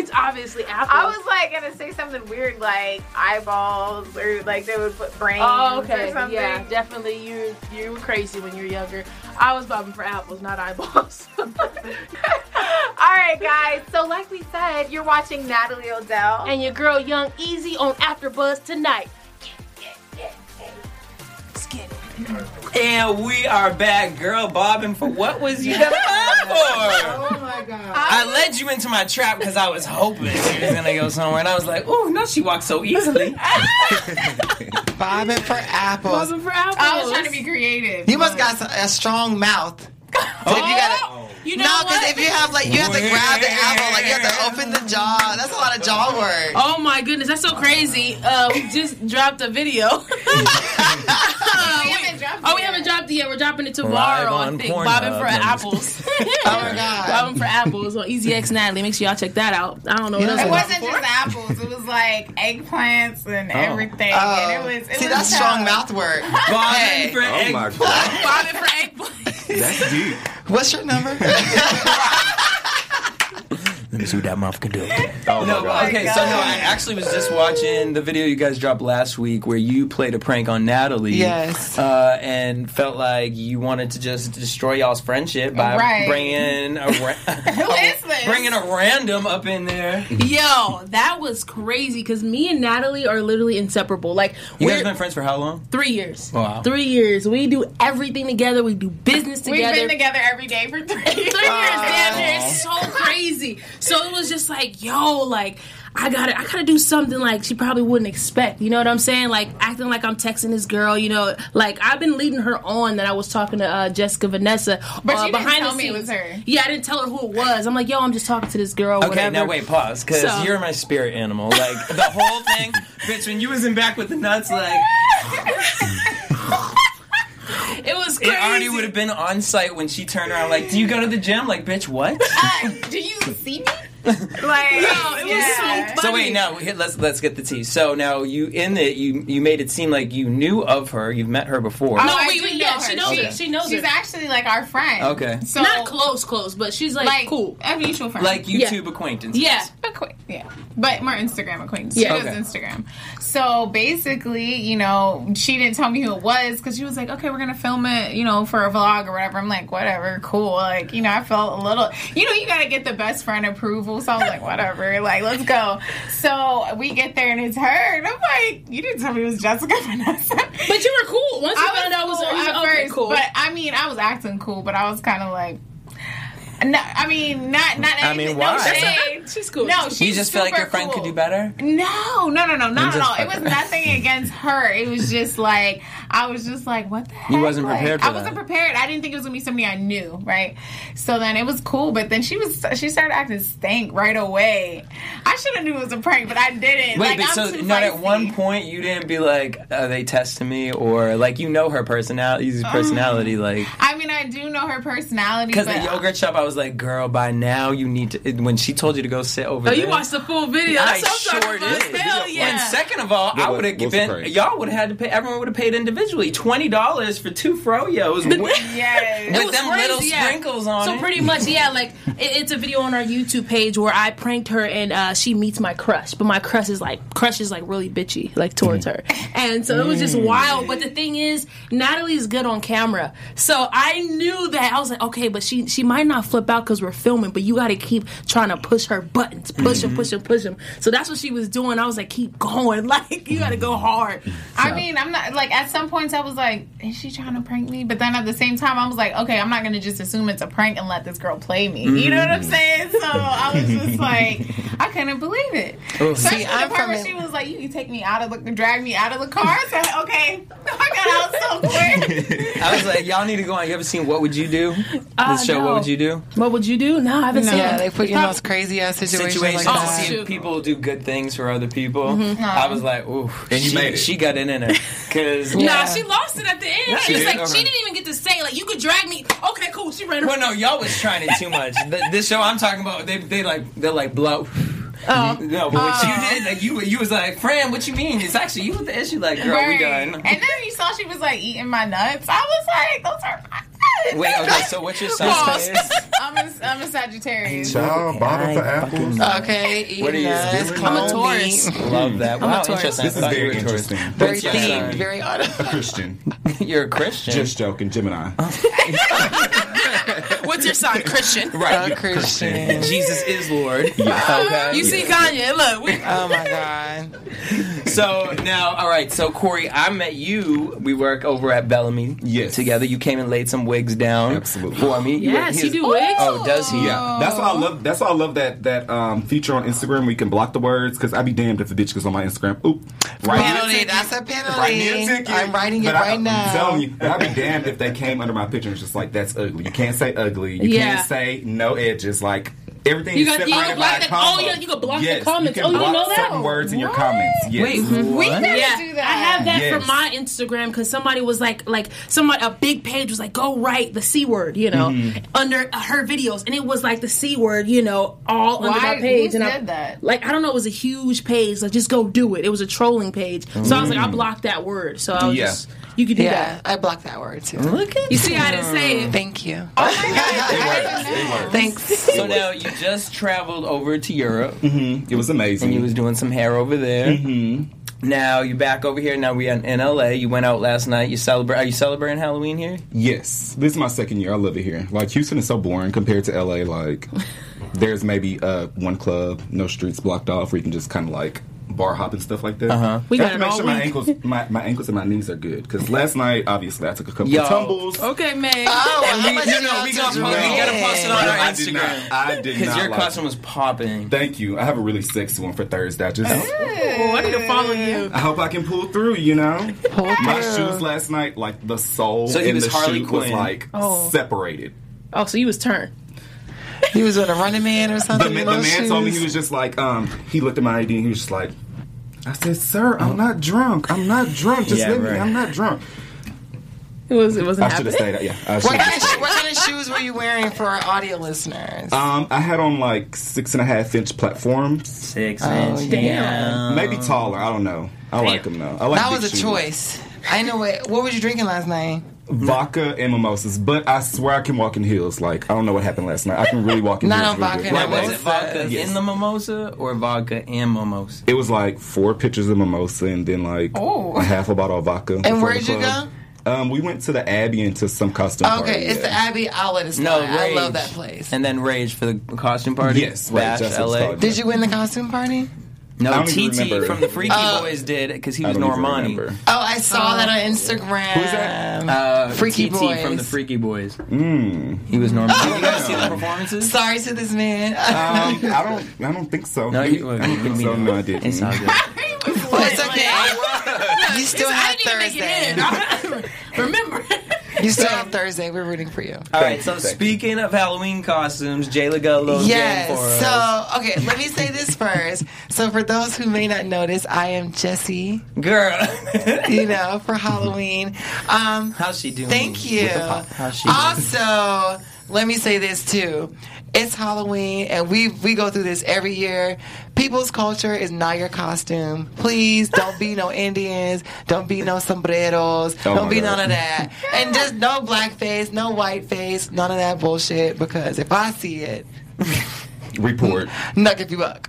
Speaker 9: it's obviously apples.
Speaker 14: I was like gonna say something weird like eyeballs or like they would put brains
Speaker 9: Oh, okay.
Speaker 14: or something.
Speaker 9: Yeah, definitely. You you were crazy when you were younger. I was bobbing for apples, not eyeballs. [LAUGHS]
Speaker 14: All right, guys. So, like we said, you're watching Natalie Odell.
Speaker 9: and your girl Young Easy on AfterBuzz tonight. Yeah, yeah, yeah, yeah. Let's get it.
Speaker 15: And we are back, girl, bobbing for what was you gonna bob for?
Speaker 1: Oh my god.
Speaker 15: I led you into my trap because I was hoping she was gonna go somewhere, and I was like, "Ooh, no, she walks so easily."
Speaker 1: Bobbing for apples.
Speaker 9: Bobbing for
Speaker 5: I was trying to be creative.
Speaker 1: You must got a strong mouth. So if you gotta,
Speaker 5: You
Speaker 1: no, because if you have like you have to grab the apple, like you have to open the jaw. That's a lot of jaw work.
Speaker 9: Oh my goodness, that's so crazy. Uh, we just dropped a video. [LAUGHS] oh, we haven't dropped it yet. We're dropping it
Speaker 15: Live
Speaker 9: tomorrow.
Speaker 15: on
Speaker 9: I think
Speaker 15: Pornhub.
Speaker 9: bobbing for
Speaker 15: No, I'm just [LAUGHS]
Speaker 9: apples. oh my god, bobbing for apples on Easy X Natalie. Make sure y'all check that out. I don't know. what else
Speaker 5: it
Speaker 9: we're
Speaker 5: wasn't
Speaker 9: bobbing
Speaker 5: just apples. It was like eggplants and
Speaker 9: Oh.
Speaker 5: everything.
Speaker 1: Oh.
Speaker 5: And it was, it
Speaker 1: See,
Speaker 5: was
Speaker 1: that's
Speaker 5: tough.
Speaker 1: strong mouth work. Bobbing Hey. for
Speaker 7: Oh my god,
Speaker 9: Bobbing for
Speaker 5: [LAUGHS]
Speaker 9: eggplant.
Speaker 7: that's deep.
Speaker 1: What's your
Speaker 4: [LAUGHS]
Speaker 1: number?
Speaker 4: Let me see what that mouth can do.
Speaker 7: Oh
Speaker 4: no,
Speaker 7: my God.
Speaker 4: okay, so no, I actually was just watching the video you guys dropped last week where you played a prank on Natalie.
Speaker 1: Yes.
Speaker 4: Uh, and felt like you wanted to just destroy y'all's friendship by
Speaker 9: Right.
Speaker 4: bringing a ra- [LAUGHS]
Speaker 5: Who is this?
Speaker 4: bringing a random up in there. You
Speaker 9: Yo, that was crazy because me and Natalie are literally inseparable. Like we're
Speaker 4: guys been friends for how long?
Speaker 9: three
Speaker 15: Oh,
Speaker 9: years.
Speaker 4: Wow.
Speaker 9: Three years. We do everything together. We do business
Speaker 5: We've
Speaker 9: together.
Speaker 5: been together every day for three years.
Speaker 9: three years damn near. It's so crazy. So it was just like, yo, like I gotta I gotta do something like she probably wouldn't expect. You know what I'm saying? Like acting like I'm texting this girl, you know, like I've been leading her on that I was talking to uh, Jessica Vanessa.
Speaker 5: But
Speaker 9: uh,
Speaker 5: she didn't
Speaker 9: behind
Speaker 5: tell
Speaker 9: the
Speaker 5: me it was
Speaker 9: scenes.
Speaker 5: her.
Speaker 9: Yeah, I didn't tell her who it was. I'm like, yo, I'm just talking to this girl.
Speaker 4: Okay,
Speaker 9: whatever.
Speaker 4: now wait, pause, because
Speaker 9: So-
Speaker 4: you're my spirit animal. Like
Speaker 5: [LAUGHS]
Speaker 4: the whole thing, bitch. When you was in back with the nuts, like
Speaker 9: It was crazy.
Speaker 4: it already would have been on site when she turned around. Like, do you go to the gym? Like, bitch, what?
Speaker 1: Uh.
Speaker 5: Do you
Speaker 1: [LAUGHS]
Speaker 5: see me? Like,
Speaker 9: Yo, it was so
Speaker 4: So wait, no. Here, let's let's get the tea. So now you in it. You you made it seem like you knew of her. You've met her before.
Speaker 9: No,
Speaker 5: Oh, I
Speaker 9: we-
Speaker 5: do
Speaker 9: we-
Speaker 5: know
Speaker 9: yeah,
Speaker 5: her.
Speaker 9: she knows
Speaker 5: She-
Speaker 9: her. She knows
Speaker 5: She's
Speaker 9: her.
Speaker 5: actually like our friend.
Speaker 4: Okay.
Speaker 5: So
Speaker 9: not close, close, but she's like,
Speaker 5: like
Speaker 9: cool.
Speaker 5: a mutual friend.
Speaker 4: Like
Speaker 9: Yeah.
Speaker 4: YouTube acquaintance.
Speaker 9: Yeah.
Speaker 5: But quick, yeah. But more Instagram acquaintance.
Speaker 9: Yeah.
Speaker 5: Yeah.
Speaker 4: Okay.
Speaker 5: Instagram. So basically, you know, she didn't tell me who it was because she was like, okay, we're going to film it, you know, for a vlog or whatever. I'm like, whatever, cool. Like, you know, I felt a little, you know, you got to get the best friend approval. So I was like, whatever, [LAUGHS] like, let's go. So we get there and it's her. And I'm like, you didn't tell me it was Jessica Vanessa.
Speaker 9: But you were cool. Once you
Speaker 5: I was
Speaker 9: found out it was
Speaker 5: cool
Speaker 9: her, you
Speaker 5: at
Speaker 9: said, okay,
Speaker 5: first,
Speaker 9: cool.
Speaker 5: but I mean, I was acting cool, but I was kind of like, no, I mean, not not.
Speaker 4: I mean,
Speaker 5: anything-
Speaker 4: why?
Speaker 5: No
Speaker 4: That's
Speaker 5: shade.
Speaker 9: [LAUGHS] she's cool.
Speaker 5: No,
Speaker 9: You
Speaker 5: she's
Speaker 4: You just feel like
Speaker 5: super
Speaker 4: your friend
Speaker 5: cool.
Speaker 4: could do better.
Speaker 5: No, no, no, no, not
Speaker 4: just
Speaker 5: at all. It
Speaker 4: fuck
Speaker 5: was
Speaker 4: her. Hmm.
Speaker 5: nothing against her. It was just like I was just like, what the heck?
Speaker 4: You wasn't
Speaker 5: Like,
Speaker 4: prepared for
Speaker 5: I wasn't
Speaker 4: that.
Speaker 5: prepared. I didn't think it was gonna be somebody I knew, right? So then it was cool, but then she was she started acting stank right away. I should have knew it was a prank, but I didn't.
Speaker 4: Wait,
Speaker 5: like,
Speaker 4: but
Speaker 5: I'm
Speaker 4: so
Speaker 5: too
Speaker 4: not at
Speaker 5: feisty.
Speaker 4: one point you didn't be like, are they testing me or like you know her personality,
Speaker 5: Oh.
Speaker 4: easy personality, like.
Speaker 5: I mean, I do know her personality,
Speaker 4: Because
Speaker 5: but
Speaker 4: the yogurt shop, I was like, girl, by now you need to. it- When she told you to go sit over
Speaker 9: Oh,
Speaker 4: there.
Speaker 9: you watched the full video.
Speaker 4: I
Speaker 9: That's what I'm
Speaker 4: sure
Speaker 9: talking about.
Speaker 4: did.
Speaker 9: Hell
Speaker 4: And
Speaker 9: yeah.
Speaker 4: second of all,
Speaker 7: Yeah,
Speaker 4: I
Speaker 7: what-
Speaker 4: would have
Speaker 7: what's the
Speaker 4: given
Speaker 7: price?
Speaker 4: y'all would have had to pay. Everyone would have paid individually twenty dollars for two
Speaker 9: [LAUGHS]
Speaker 4: froyos with,
Speaker 5: Yes.
Speaker 4: with
Speaker 9: was
Speaker 4: them
Speaker 9: crazy,
Speaker 4: little
Speaker 9: yeah.
Speaker 4: sprinkles on
Speaker 9: So
Speaker 4: it.
Speaker 9: pretty much, yeah. Like it, it's a video on our YouTube page where I pranked her and uh, she meets my crush, but my crush is like crush is like really bitchy, like towards her, and so it was
Speaker 4: Mm.
Speaker 9: just wild. But the thing is, Natalie's good on camera, so I knew that I was like, okay, but she she might not flip out because we're filming, but you got to keep trying to push her buttons,
Speaker 4: Mm-hmm.
Speaker 9: push them, push them, push them. So that's what she was doing. I was like, keep going, [LAUGHS] like you got to go hard.
Speaker 5: I mean, I'm not like at some points I was like, is she trying to prank me? But then at the same time, I was like, okay, I'm not gonna just assume it's a prank and let this girl play me. You know what I'm saying? So I was just like, I couldn't believe it. Especially
Speaker 1: See,
Speaker 5: the
Speaker 1: I'm
Speaker 5: part where
Speaker 1: from-
Speaker 5: she was like, you can take me out of the, drag me out of the car. So okay, I got out so quick.
Speaker 4: I was like, y'all need to go on. You ever seen What Would You Do?
Speaker 9: Uh,
Speaker 4: this show,
Speaker 9: no.
Speaker 4: What Would You Do?
Speaker 9: What would you do? No, I haven't seen
Speaker 1: yeah,
Speaker 9: it.
Speaker 1: they put you in
Speaker 9: Probably-
Speaker 1: those crazy ass situations
Speaker 4: Situations
Speaker 1: like
Speaker 4: to
Speaker 1: that.
Speaker 4: see if
Speaker 9: shoot.
Speaker 4: people do good things for other people.
Speaker 9: Mm-hmm.
Speaker 4: I was like, ooh,
Speaker 7: And you
Speaker 4: she,
Speaker 7: made it.
Speaker 4: she got in in it
Speaker 9: [LAUGHS]
Speaker 4: because
Speaker 9: Nah, she lost it at the end. she
Speaker 4: she
Speaker 9: was
Speaker 4: did.
Speaker 9: like, she didn't even get to say, like, you could drag me. Okay, cool. She ran
Speaker 4: Well,
Speaker 9: away.
Speaker 4: no, y'all was trying it too much. Th this show I'm talking about, they they like they're like blow.
Speaker 5: Oh.
Speaker 4: No, but what you did, like you you was like, Fran, what you mean? It's actually you with the issue. Like, girl, we
Speaker 5: Right.
Speaker 4: done.
Speaker 5: And then you saw she was like eating my nuts. I was like, those are my nuts.
Speaker 4: Wait,
Speaker 5: [LAUGHS]
Speaker 4: okay, so what's your sign?
Speaker 5: Pause. I'm a, I'm a Sagittarius.
Speaker 7: Child bobbing for apples.
Speaker 1: Okay,
Speaker 4: What are
Speaker 1: eating
Speaker 4: you
Speaker 1: nuts,
Speaker 4: doing?
Speaker 1: clone
Speaker 9: I'm a Taurus.
Speaker 1: meat.
Speaker 4: Love that.
Speaker 9: a
Speaker 4: Wow,
Speaker 9: Taurus.
Speaker 4: interesting. I
Speaker 7: This is
Speaker 4: thought you
Speaker 7: very
Speaker 4: were a Taurus.
Speaker 7: interesting.
Speaker 1: Very
Speaker 4: What's your
Speaker 1: themed,
Speaker 4: sign?
Speaker 1: very auto.
Speaker 7: Christian.
Speaker 4: You're a Christian.
Speaker 7: Just joking, Gemini.
Speaker 4: Uh-huh.
Speaker 9: What's your sign,
Speaker 4: [LAUGHS]
Speaker 9: Christian?
Speaker 1: Uh, Christian.
Speaker 4: Jesus is Lord.
Speaker 7: Yeah.
Speaker 4: Okay.
Speaker 9: You see Kanye? Look, we,
Speaker 1: Oh my god.
Speaker 4: so now, all right. So Corey, I met you. We work over at Bellamy. Yes. Together, you came and laid some wigs down for me. You-
Speaker 9: Yes, you
Speaker 4: he's-
Speaker 9: do wigs?
Speaker 4: Oh, does he?
Speaker 7: Yeah, that's why I love. That's why I love that that um, feature on Instagram where you can block the words because I'd be damned if a bitch goes on my Instagram. Oop, right.
Speaker 5: Penalty. That's a penalty.
Speaker 7: Write me a ticket.
Speaker 5: I'm writing it
Speaker 7: But I,
Speaker 5: right
Speaker 7: am
Speaker 5: now.
Speaker 7: telling you, but I'd be damned if they came under my picture and was just like, "That's ugly." You can't say ugly. You
Speaker 9: Yeah.
Speaker 7: can't say no edges. Like everything
Speaker 9: You
Speaker 7: is
Speaker 9: got- you
Speaker 7: separated
Speaker 9: can
Speaker 7: by
Speaker 9: block
Speaker 7: a
Speaker 9: the-
Speaker 7: comma.
Speaker 9: oh, yeah, you can block the
Speaker 7: yes,
Speaker 9: comments.
Speaker 7: You
Speaker 9: Oh,
Speaker 7: can
Speaker 9: you
Speaker 7: block
Speaker 9: didn't know that?
Speaker 7: certain words in your comments. Yes.
Speaker 9: we
Speaker 14: gotta
Speaker 9: yeah.
Speaker 14: do that.
Speaker 9: I have that
Speaker 7: Yes.
Speaker 9: for my Instagram because somebody was like, like somebody a big page was like, go write the c word, you know,
Speaker 14: Mhm.
Speaker 9: under uh, her videos, and it was like the c word, you know, all under
Speaker 14: Why?
Speaker 9: my page.
Speaker 14: Who
Speaker 9: and I,
Speaker 14: said that?
Speaker 9: Like I don't know, it was a huge page. Like just go do it. It was a trolling page, so I was like, I
Speaker 14: Mm.
Speaker 9: blocked that word. So I was
Speaker 14: Yeah.
Speaker 9: just, you could do
Speaker 5: Yeah,
Speaker 9: that. I blocked that word too. Look at
Speaker 5: You
Speaker 9: see, I didn't say it.
Speaker 5: Thank you.
Speaker 4: Thanks. So now you just traveled over to Europe. Mm-hmm.
Speaker 7: It was amazing.
Speaker 4: And you was doing some hair over there. Mm-hmm. Now you're back over here. Now we are in LA. You went out last night. You celebrate. Are you celebrating Halloween here?
Speaker 7: Yes, this is my second year. I love it here. Like Houston is so boring compared to LA. Like
Speaker 4: [LAUGHS]
Speaker 7: there's maybe uh, one club, no streets blocked off, where you can just kind of like bar hop and stuff like that.
Speaker 4: Uh-huh.
Speaker 7: We
Speaker 4: We
Speaker 7: got to
Speaker 4: got
Speaker 7: make
Speaker 4: it all
Speaker 7: sure my
Speaker 4: week.
Speaker 7: ankles, my, my ankles and my knees are good. Because last night, obviously, I took a couple
Speaker 4: Yo.
Speaker 7: of tumbles.
Speaker 9: Okay, man.
Speaker 5: Oh,
Speaker 4: And we-
Speaker 5: how much
Speaker 4: no,
Speaker 5: did
Speaker 4: no,
Speaker 5: y'all
Speaker 4: we got
Speaker 5: touch
Speaker 4: we
Speaker 5: on
Speaker 4: gotta
Speaker 5: that?
Speaker 4: post it on our
Speaker 7: I did
Speaker 4: Instagram.
Speaker 7: not. I did not.
Speaker 4: Because your
Speaker 7: like
Speaker 4: costume was popping.
Speaker 7: Thank you. I have a really sexy one for Thursday. I just.
Speaker 9: Oh, [LAUGHS] I need to follow you.
Speaker 7: I hope I can pull through, you know? My shoes last night, like the sole
Speaker 4: So he
Speaker 7: and
Speaker 4: was
Speaker 7: the
Speaker 4: Harley
Speaker 7: shoe was
Speaker 4: Quinn.
Speaker 7: like
Speaker 9: Oh.
Speaker 7: separated.
Speaker 9: Oh, so you was turned.
Speaker 5: He was with a running man or
Speaker 7: The,
Speaker 5: something.
Speaker 7: man-
Speaker 5: in
Speaker 7: the
Speaker 5: those
Speaker 7: man told me he
Speaker 5: shoes.
Speaker 7: was just like, um, he looked at my ID and he was just like, I said, sir, I'm not drunk. I'm not drunk. Just
Speaker 4: Yeah,
Speaker 7: let me.
Speaker 4: right.
Speaker 7: I'm not drunk.
Speaker 9: It was. It wasn't
Speaker 7: I should have stayed out. Yeah, I should
Speaker 5: What
Speaker 7: have.
Speaker 5: kind, of, what kind of shoes were you wearing for our audio listeners?
Speaker 7: Um, I had on like six and a half inch platforms. Six
Speaker 5: inch, Damn. Oh, yeah.
Speaker 7: Maybe taller. I don't know. I like them though. I like
Speaker 5: Oh. that
Speaker 7: big
Speaker 5: was a
Speaker 7: shoes.
Speaker 5: choice. I know what. What were you drinking last night?
Speaker 7: Vodka and mimosas, but I swear I can walk in heels. Like I don't know what happened last night. I can really walk in
Speaker 5: Not
Speaker 7: heels.
Speaker 5: on
Speaker 7: really
Speaker 5: vodka
Speaker 7: good.
Speaker 5: and
Speaker 7: Right,
Speaker 4: Was
Speaker 7: right.
Speaker 4: it vodka
Speaker 7: Yes.
Speaker 4: in the mimosa or vodka and mimosa?
Speaker 7: It was like four pitchers of mimosa and then like
Speaker 5: Oh.
Speaker 7: a half a bottle of vodka. before
Speaker 5: where did
Speaker 7: the
Speaker 5: you
Speaker 7: club. Um, we went to the Abbey and to some costume
Speaker 5: Okay,
Speaker 7: party.
Speaker 5: it's the Abbey Outlet. Is
Speaker 4: No,
Speaker 5: no, I
Speaker 4: Rage.
Speaker 5: love that place.
Speaker 4: And then Rage for the costume party.
Speaker 7: Yes, Rage,
Speaker 4: Bash
Speaker 7: that's what it's
Speaker 4: LA.
Speaker 7: called.
Speaker 5: Did you win the costume party?
Speaker 7: I
Speaker 4: No,
Speaker 7: don't even
Speaker 4: TT
Speaker 7: remember.
Speaker 4: from the
Speaker 7: [LAUGHS]
Speaker 4: Freaky
Speaker 5: Oh.
Speaker 4: Boys did because he
Speaker 7: I
Speaker 4: was
Speaker 7: don't even
Speaker 4: Normani.
Speaker 7: remember.
Speaker 5: Oh, I saw that on Instagram.
Speaker 4: Who's that? Uh,
Speaker 5: Um, Freaky
Speaker 4: TT from
Speaker 5: Boys.
Speaker 4: the Freaky Boys. [LAUGHS]
Speaker 7: Mm.
Speaker 4: He was Normani. Did you guys see
Speaker 7: Yeah.
Speaker 4: the performances?
Speaker 5: Sorry to this [LAUGHS] man.
Speaker 7: Um, I don't. I don't think so.
Speaker 4: No, you-
Speaker 7: I don't think so. No, I didn't.
Speaker 4: It's all good.
Speaker 5: Well,
Speaker 9: [LAUGHS]
Speaker 5: it's okay. you still have Thursday.
Speaker 9: Remember.
Speaker 5: you still have [LAUGHS] Thursday. We're rooting for you.
Speaker 4: All right. So speaking of Halloween costumes, Jayla got a little
Speaker 5: Yes.
Speaker 4: game for us.
Speaker 5: So, okay, let me say this first. So, for those who may not notice, I am Jessie.
Speaker 4: Girl. [LAUGHS]
Speaker 5: you know, for Halloween. Um,
Speaker 4: How's she doing?
Speaker 5: Thank you.
Speaker 4: With the pop- how's she doing?
Speaker 5: Also, let me say this too. It's Halloween, and we we go through this every year. People's culture is not your costume. Please don't be no Indians. Don't be no sombreros.
Speaker 7: Oh
Speaker 5: don't
Speaker 7: my
Speaker 5: be
Speaker 7: God.
Speaker 5: none of that. And just no blackface, no whiteface, none of that bullshit. Because if I see it,
Speaker 7: [LAUGHS] Report.
Speaker 5: Nuck if you buck.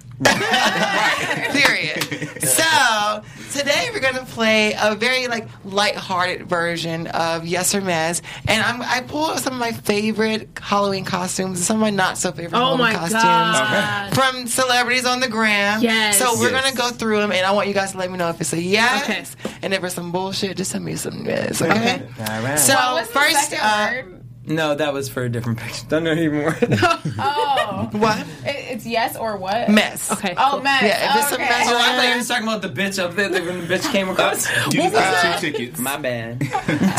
Speaker 5: Period. So today we're gonna play a very like lighthearted version of Yes or Mess, and I'm, I pulled up some of my favorite Halloween costumes and some of my not so favorite
Speaker 9: Oh
Speaker 5: Halloween
Speaker 9: my
Speaker 5: costumes
Speaker 9: God.
Speaker 5: from celebrities on the gram.
Speaker 9: Yes.
Speaker 5: So we're
Speaker 9: Yes.
Speaker 5: gonna go through them, and I want you guys to let me know if it's a yes, and if it's some bullshit, just send me some yes. Okay.
Speaker 4: All right.
Speaker 5: So
Speaker 14: was the
Speaker 5: first
Speaker 14: second
Speaker 5: up,
Speaker 4: no, Oh, that was for a different picture. Don't know anymore.
Speaker 14: Oh,
Speaker 5: what?
Speaker 14: It, it's yes or what?
Speaker 5: Mess.
Speaker 14: Okay. Oh, mess.
Speaker 5: Yeah, if it's a
Speaker 14: okay.
Speaker 5: mess,
Speaker 4: Oh, I thought you were talking about the bitch up there that when the bitch came across.
Speaker 7: You just
Speaker 5: got
Speaker 7: two tickets.
Speaker 4: [LAUGHS] My bad.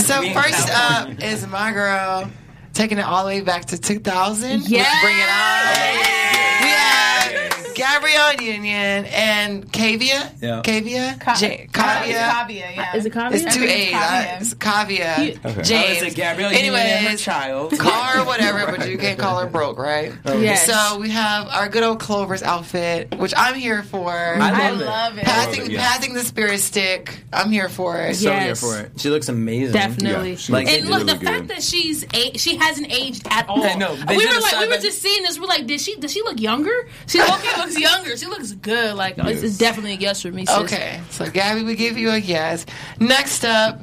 Speaker 5: So
Speaker 4: We in
Speaker 5: first [LAUGHS] up is my girl taking it all the way back to 2000.
Speaker 9: Yeah.
Speaker 5: Let's bring it on. We have Gabrielle Union and Kavia.
Speaker 4: Yeah.
Speaker 5: Kavia. Ja- Kavia.
Speaker 14: Kavia, yeah.
Speaker 9: Is it Kavya?
Speaker 5: It's two
Speaker 14: I think it's
Speaker 5: A's. uh, It's Kavia.
Speaker 4: Okay.
Speaker 5: James.
Speaker 4: Oh, it's a Gabrielle Union and her
Speaker 5: Anyways, [LAUGHS]
Speaker 4: child.
Speaker 5: call her whatever, but you can't call her broke, right?
Speaker 4: Oh,
Speaker 9: Yes.
Speaker 5: So we have our good old Clover's outfit, which I'm here for.
Speaker 4: I
Speaker 14: I
Speaker 4: love it.
Speaker 14: love it.
Speaker 5: passing,
Speaker 7: love it, yeah.
Speaker 5: passing the spirit stick. I'm here for it.
Speaker 4: So
Speaker 9: Yes.
Speaker 4: here for it. She looks amazing.
Speaker 9: Definitely.
Speaker 7: Yeah, she
Speaker 4: Like,
Speaker 9: and look, the
Speaker 7: really
Speaker 9: fact
Speaker 7: good.
Speaker 9: that she's a- she hasn't aged at all.
Speaker 4: I know. They
Speaker 9: we
Speaker 4: did
Speaker 9: were
Speaker 4: a
Speaker 9: like,
Speaker 4: side
Speaker 9: we were
Speaker 4: by-
Speaker 9: just seeing this. We're like, did she? Does she look younger? She
Speaker 5: [LAUGHS]
Speaker 9: okay, looks younger. She looks good. Like, oh, it's, it's definitely a yes for me. Sis.
Speaker 5: Okay, so Gabby, we give you a yes. Next [LAUGHS] up.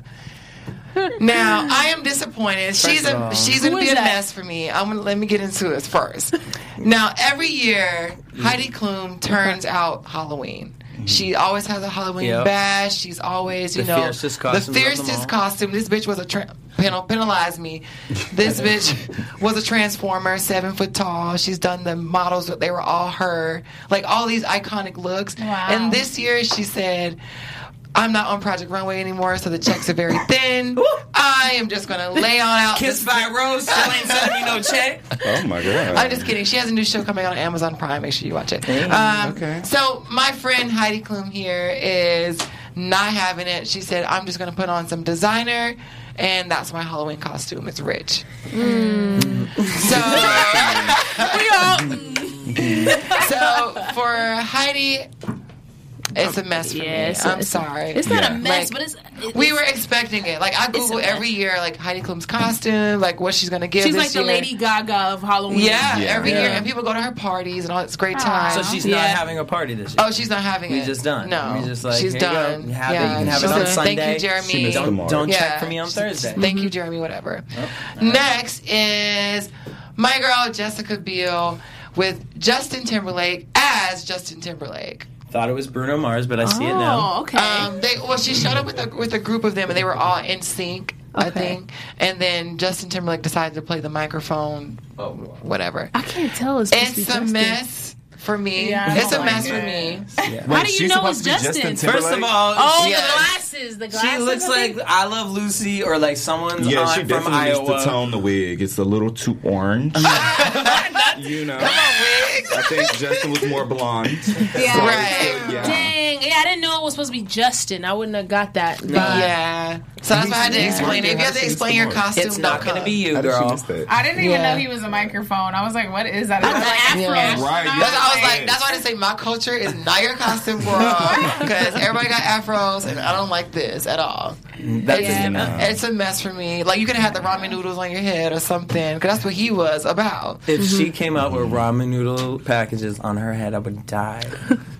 Speaker 5: Now I am disappointed. she's
Speaker 4: of all-
Speaker 5: a she's
Speaker 9: Who
Speaker 5: gonna be
Speaker 9: is
Speaker 5: a
Speaker 9: that?
Speaker 5: mess for me. I'm gonna let me get into this first. now every year Heidi Klum turns out Halloween. She always has a Halloween
Speaker 4: Yep.
Speaker 5: bash. She's always, you
Speaker 4: The
Speaker 5: know,
Speaker 4: fiercest costumes
Speaker 5: the
Speaker 4: of them
Speaker 5: fiercest
Speaker 4: all.
Speaker 5: costume. This bitch was a tra- penal penalize me. This [LAUGHS] bitch was a transformer, seven foot tall. She's done the models, but they were all her. Like all these iconic looks. And this year, she said. I'm not on Project Runway anymore, so the checks are very thin. I am just gonna lay on out.
Speaker 13: Kiss by Rose still ain't sending me no check.
Speaker 7: Oh my god!
Speaker 5: I'm just kidding. She has a new show coming out on Amazon Prime. Make sure you watch it. Um, okay. So my friend Heidi Klum here is not having it. She said, "I'm just going to put on some designer." And that's my Halloween costume. It's rich.
Speaker 9: Mm. [LAUGHS]
Speaker 5: so for Heidi, it's a mess for
Speaker 9: Yes,
Speaker 5: me. I'm
Speaker 9: it's-
Speaker 5: sorry.
Speaker 9: it's not a mess, but it's-
Speaker 5: we were expecting it. Like I Google every year, like Heidi Klum's costume, like what she's gonna give.
Speaker 9: She's
Speaker 5: this
Speaker 9: like the
Speaker 5: year.
Speaker 9: Lady Gaga of Halloween.
Speaker 5: Yeah,
Speaker 4: Yeah.
Speaker 5: every year,
Speaker 4: Yeah.
Speaker 5: and people go to her parties and all. It's a great time.
Speaker 4: So she's not [LAUGHS] having a party this year.
Speaker 5: Oh, she's not having
Speaker 4: we
Speaker 5: it.
Speaker 4: just done.
Speaker 5: No,
Speaker 4: we just like
Speaker 5: she's
Speaker 4: here You,
Speaker 5: done.
Speaker 4: go. Have
Speaker 5: Yeah,
Speaker 4: it. you can have
Speaker 5: she's
Speaker 4: it on
Speaker 5: done.
Speaker 4: Sunday.
Speaker 5: Thank you, Jeremy.
Speaker 4: She missed the mark. Don't, check for me on
Speaker 5: She's-
Speaker 4: Thursday.
Speaker 5: Thank you, Jeremy. Whatever. Next is my girl Jessica Biel with Justin Timberlake as Justin Timberlake.
Speaker 4: Thought it was Bruno Mars, but I see it now.
Speaker 9: Oh, okay.
Speaker 5: Um, they well, she showed up with a with a group of them, and they were all in sync. I think, and then Justin Timberlake decided to play the microphone. whatever.
Speaker 9: I can't tell. It's, supposed to be
Speaker 5: It's a
Speaker 9: Justin.
Speaker 5: mess for me.
Speaker 9: Yeah, [LAUGHS] I
Speaker 5: it's a
Speaker 9: don't like
Speaker 5: mess for
Speaker 9: it.
Speaker 5: me.
Speaker 9: How do you know it's Justin?
Speaker 4: First of all,
Speaker 9: oh,
Speaker 4: she-
Speaker 9: the glasses. The glasses.
Speaker 4: She looks like I Love Lucy or like someone's
Speaker 7: Yeah,
Speaker 4: aunt
Speaker 7: she
Speaker 4: from
Speaker 7: definitely
Speaker 4: Iowa.
Speaker 7: needs to tone the wig. It's a little too orange. you know, I think Justin was more blonde.
Speaker 9: Yeah.
Speaker 7: So,
Speaker 9: Right.
Speaker 7: yeah.
Speaker 9: Dang. Yeah, I didn't know it was supposed to be Justin. I wouldn't have got that. vibe.
Speaker 5: Yeah. So that's why I had to
Speaker 9: Yeah.
Speaker 5: explain. it. If you have to explain your costume,
Speaker 4: It's not
Speaker 5: going to
Speaker 4: be you, girl.
Speaker 14: I didn't even
Speaker 5: Yeah.
Speaker 14: know he was a microphone. I was like, what is that? Is that like Afro?
Speaker 7: Right, yeah.
Speaker 5: That's, I was like, that's why I didn't say my culture is not your
Speaker 4: [LAUGHS]
Speaker 5: costume, girl, because everybody got afros, and I don't like this at all.
Speaker 4: That's
Speaker 5: it's,
Speaker 4: a no.
Speaker 5: it's a mess for me. Like you could have had the ramen noodles on your head or something, because that's what he was about.
Speaker 4: If she came out with ramen noodle packages on her head, I would die.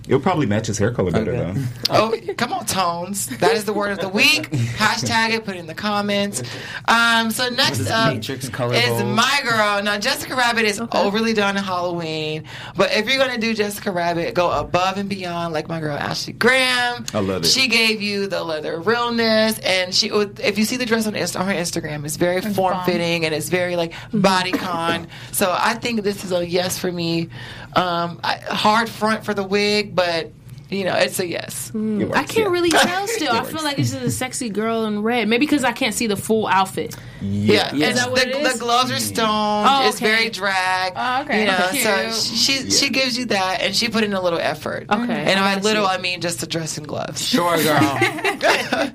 Speaker 7: It'll probably match his hair color better though.
Speaker 5: Oh, come on, tones. That is the word of the week. Hashtag it. Put it in the comments. Um, so next
Speaker 4: This
Speaker 5: up
Speaker 4: Matrix color
Speaker 5: is
Speaker 4: gold.
Speaker 5: my girl. Now Jessica Rabbit is overly done in Halloween, but if you're gonna do Jessica Rabbit, go above and beyond. Like my girl Ashley Graham.
Speaker 7: I love it.
Speaker 5: She gave you the leather realness, and she. oh, If you see the dress on, Inst- on her Instagram, it's very form fitting and it's very like body con. so I think this is a yes for me. Um, I, hard front for the wig, but. You know, it's a yes.
Speaker 7: It works,
Speaker 9: I can't
Speaker 7: yeah.
Speaker 9: [LAUGHS] really tell still.
Speaker 7: It
Speaker 9: I
Speaker 7: works.
Speaker 9: feel like it's just a sexy girl in red. Maybe because I can't see the full outfit.
Speaker 5: Yeah,
Speaker 9: Yeah.
Speaker 5: it's-
Speaker 9: Is that what
Speaker 5: the,
Speaker 9: it is?
Speaker 5: the gloves
Speaker 4: Mm-hmm.
Speaker 5: are stoned.
Speaker 9: Oh,
Speaker 5: It's
Speaker 9: okay.
Speaker 5: very drag.
Speaker 14: Oh, okay.
Speaker 5: You know,
Speaker 14: Cute.
Speaker 5: so she she gives you that, and she put in a little effort.
Speaker 4: Mm-hmm.
Speaker 5: Okay, and by little I mean just the dress and gloves. [LAUGHS]
Speaker 4: Sure, girl.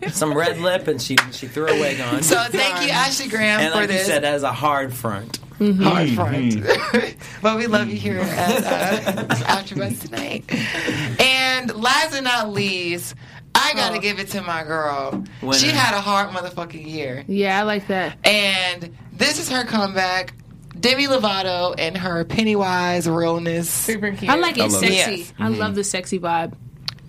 Speaker 4: Some red lip, and she she threw a wig on.
Speaker 5: So
Speaker 1: Oh,
Speaker 5: thank you, Ashley Graham,
Speaker 4: and
Speaker 5: for
Speaker 4: like
Speaker 5: this.
Speaker 4: you said, that is a hard front.
Speaker 5: hard front. but we love you here at uh, After Us tonight. And last but not least, I gotta give it to my girl.
Speaker 9: Winner.
Speaker 5: She had a hard motherfucking year.
Speaker 9: Yeah, I like that.
Speaker 5: And this is her comeback. Demi Lovato and her Pennywise realness. Super
Speaker 14: cute.
Speaker 9: I like it
Speaker 5: I love it. Mm-hmm.
Speaker 9: sexy.
Speaker 5: Yes.
Speaker 9: I love the sexy vibe.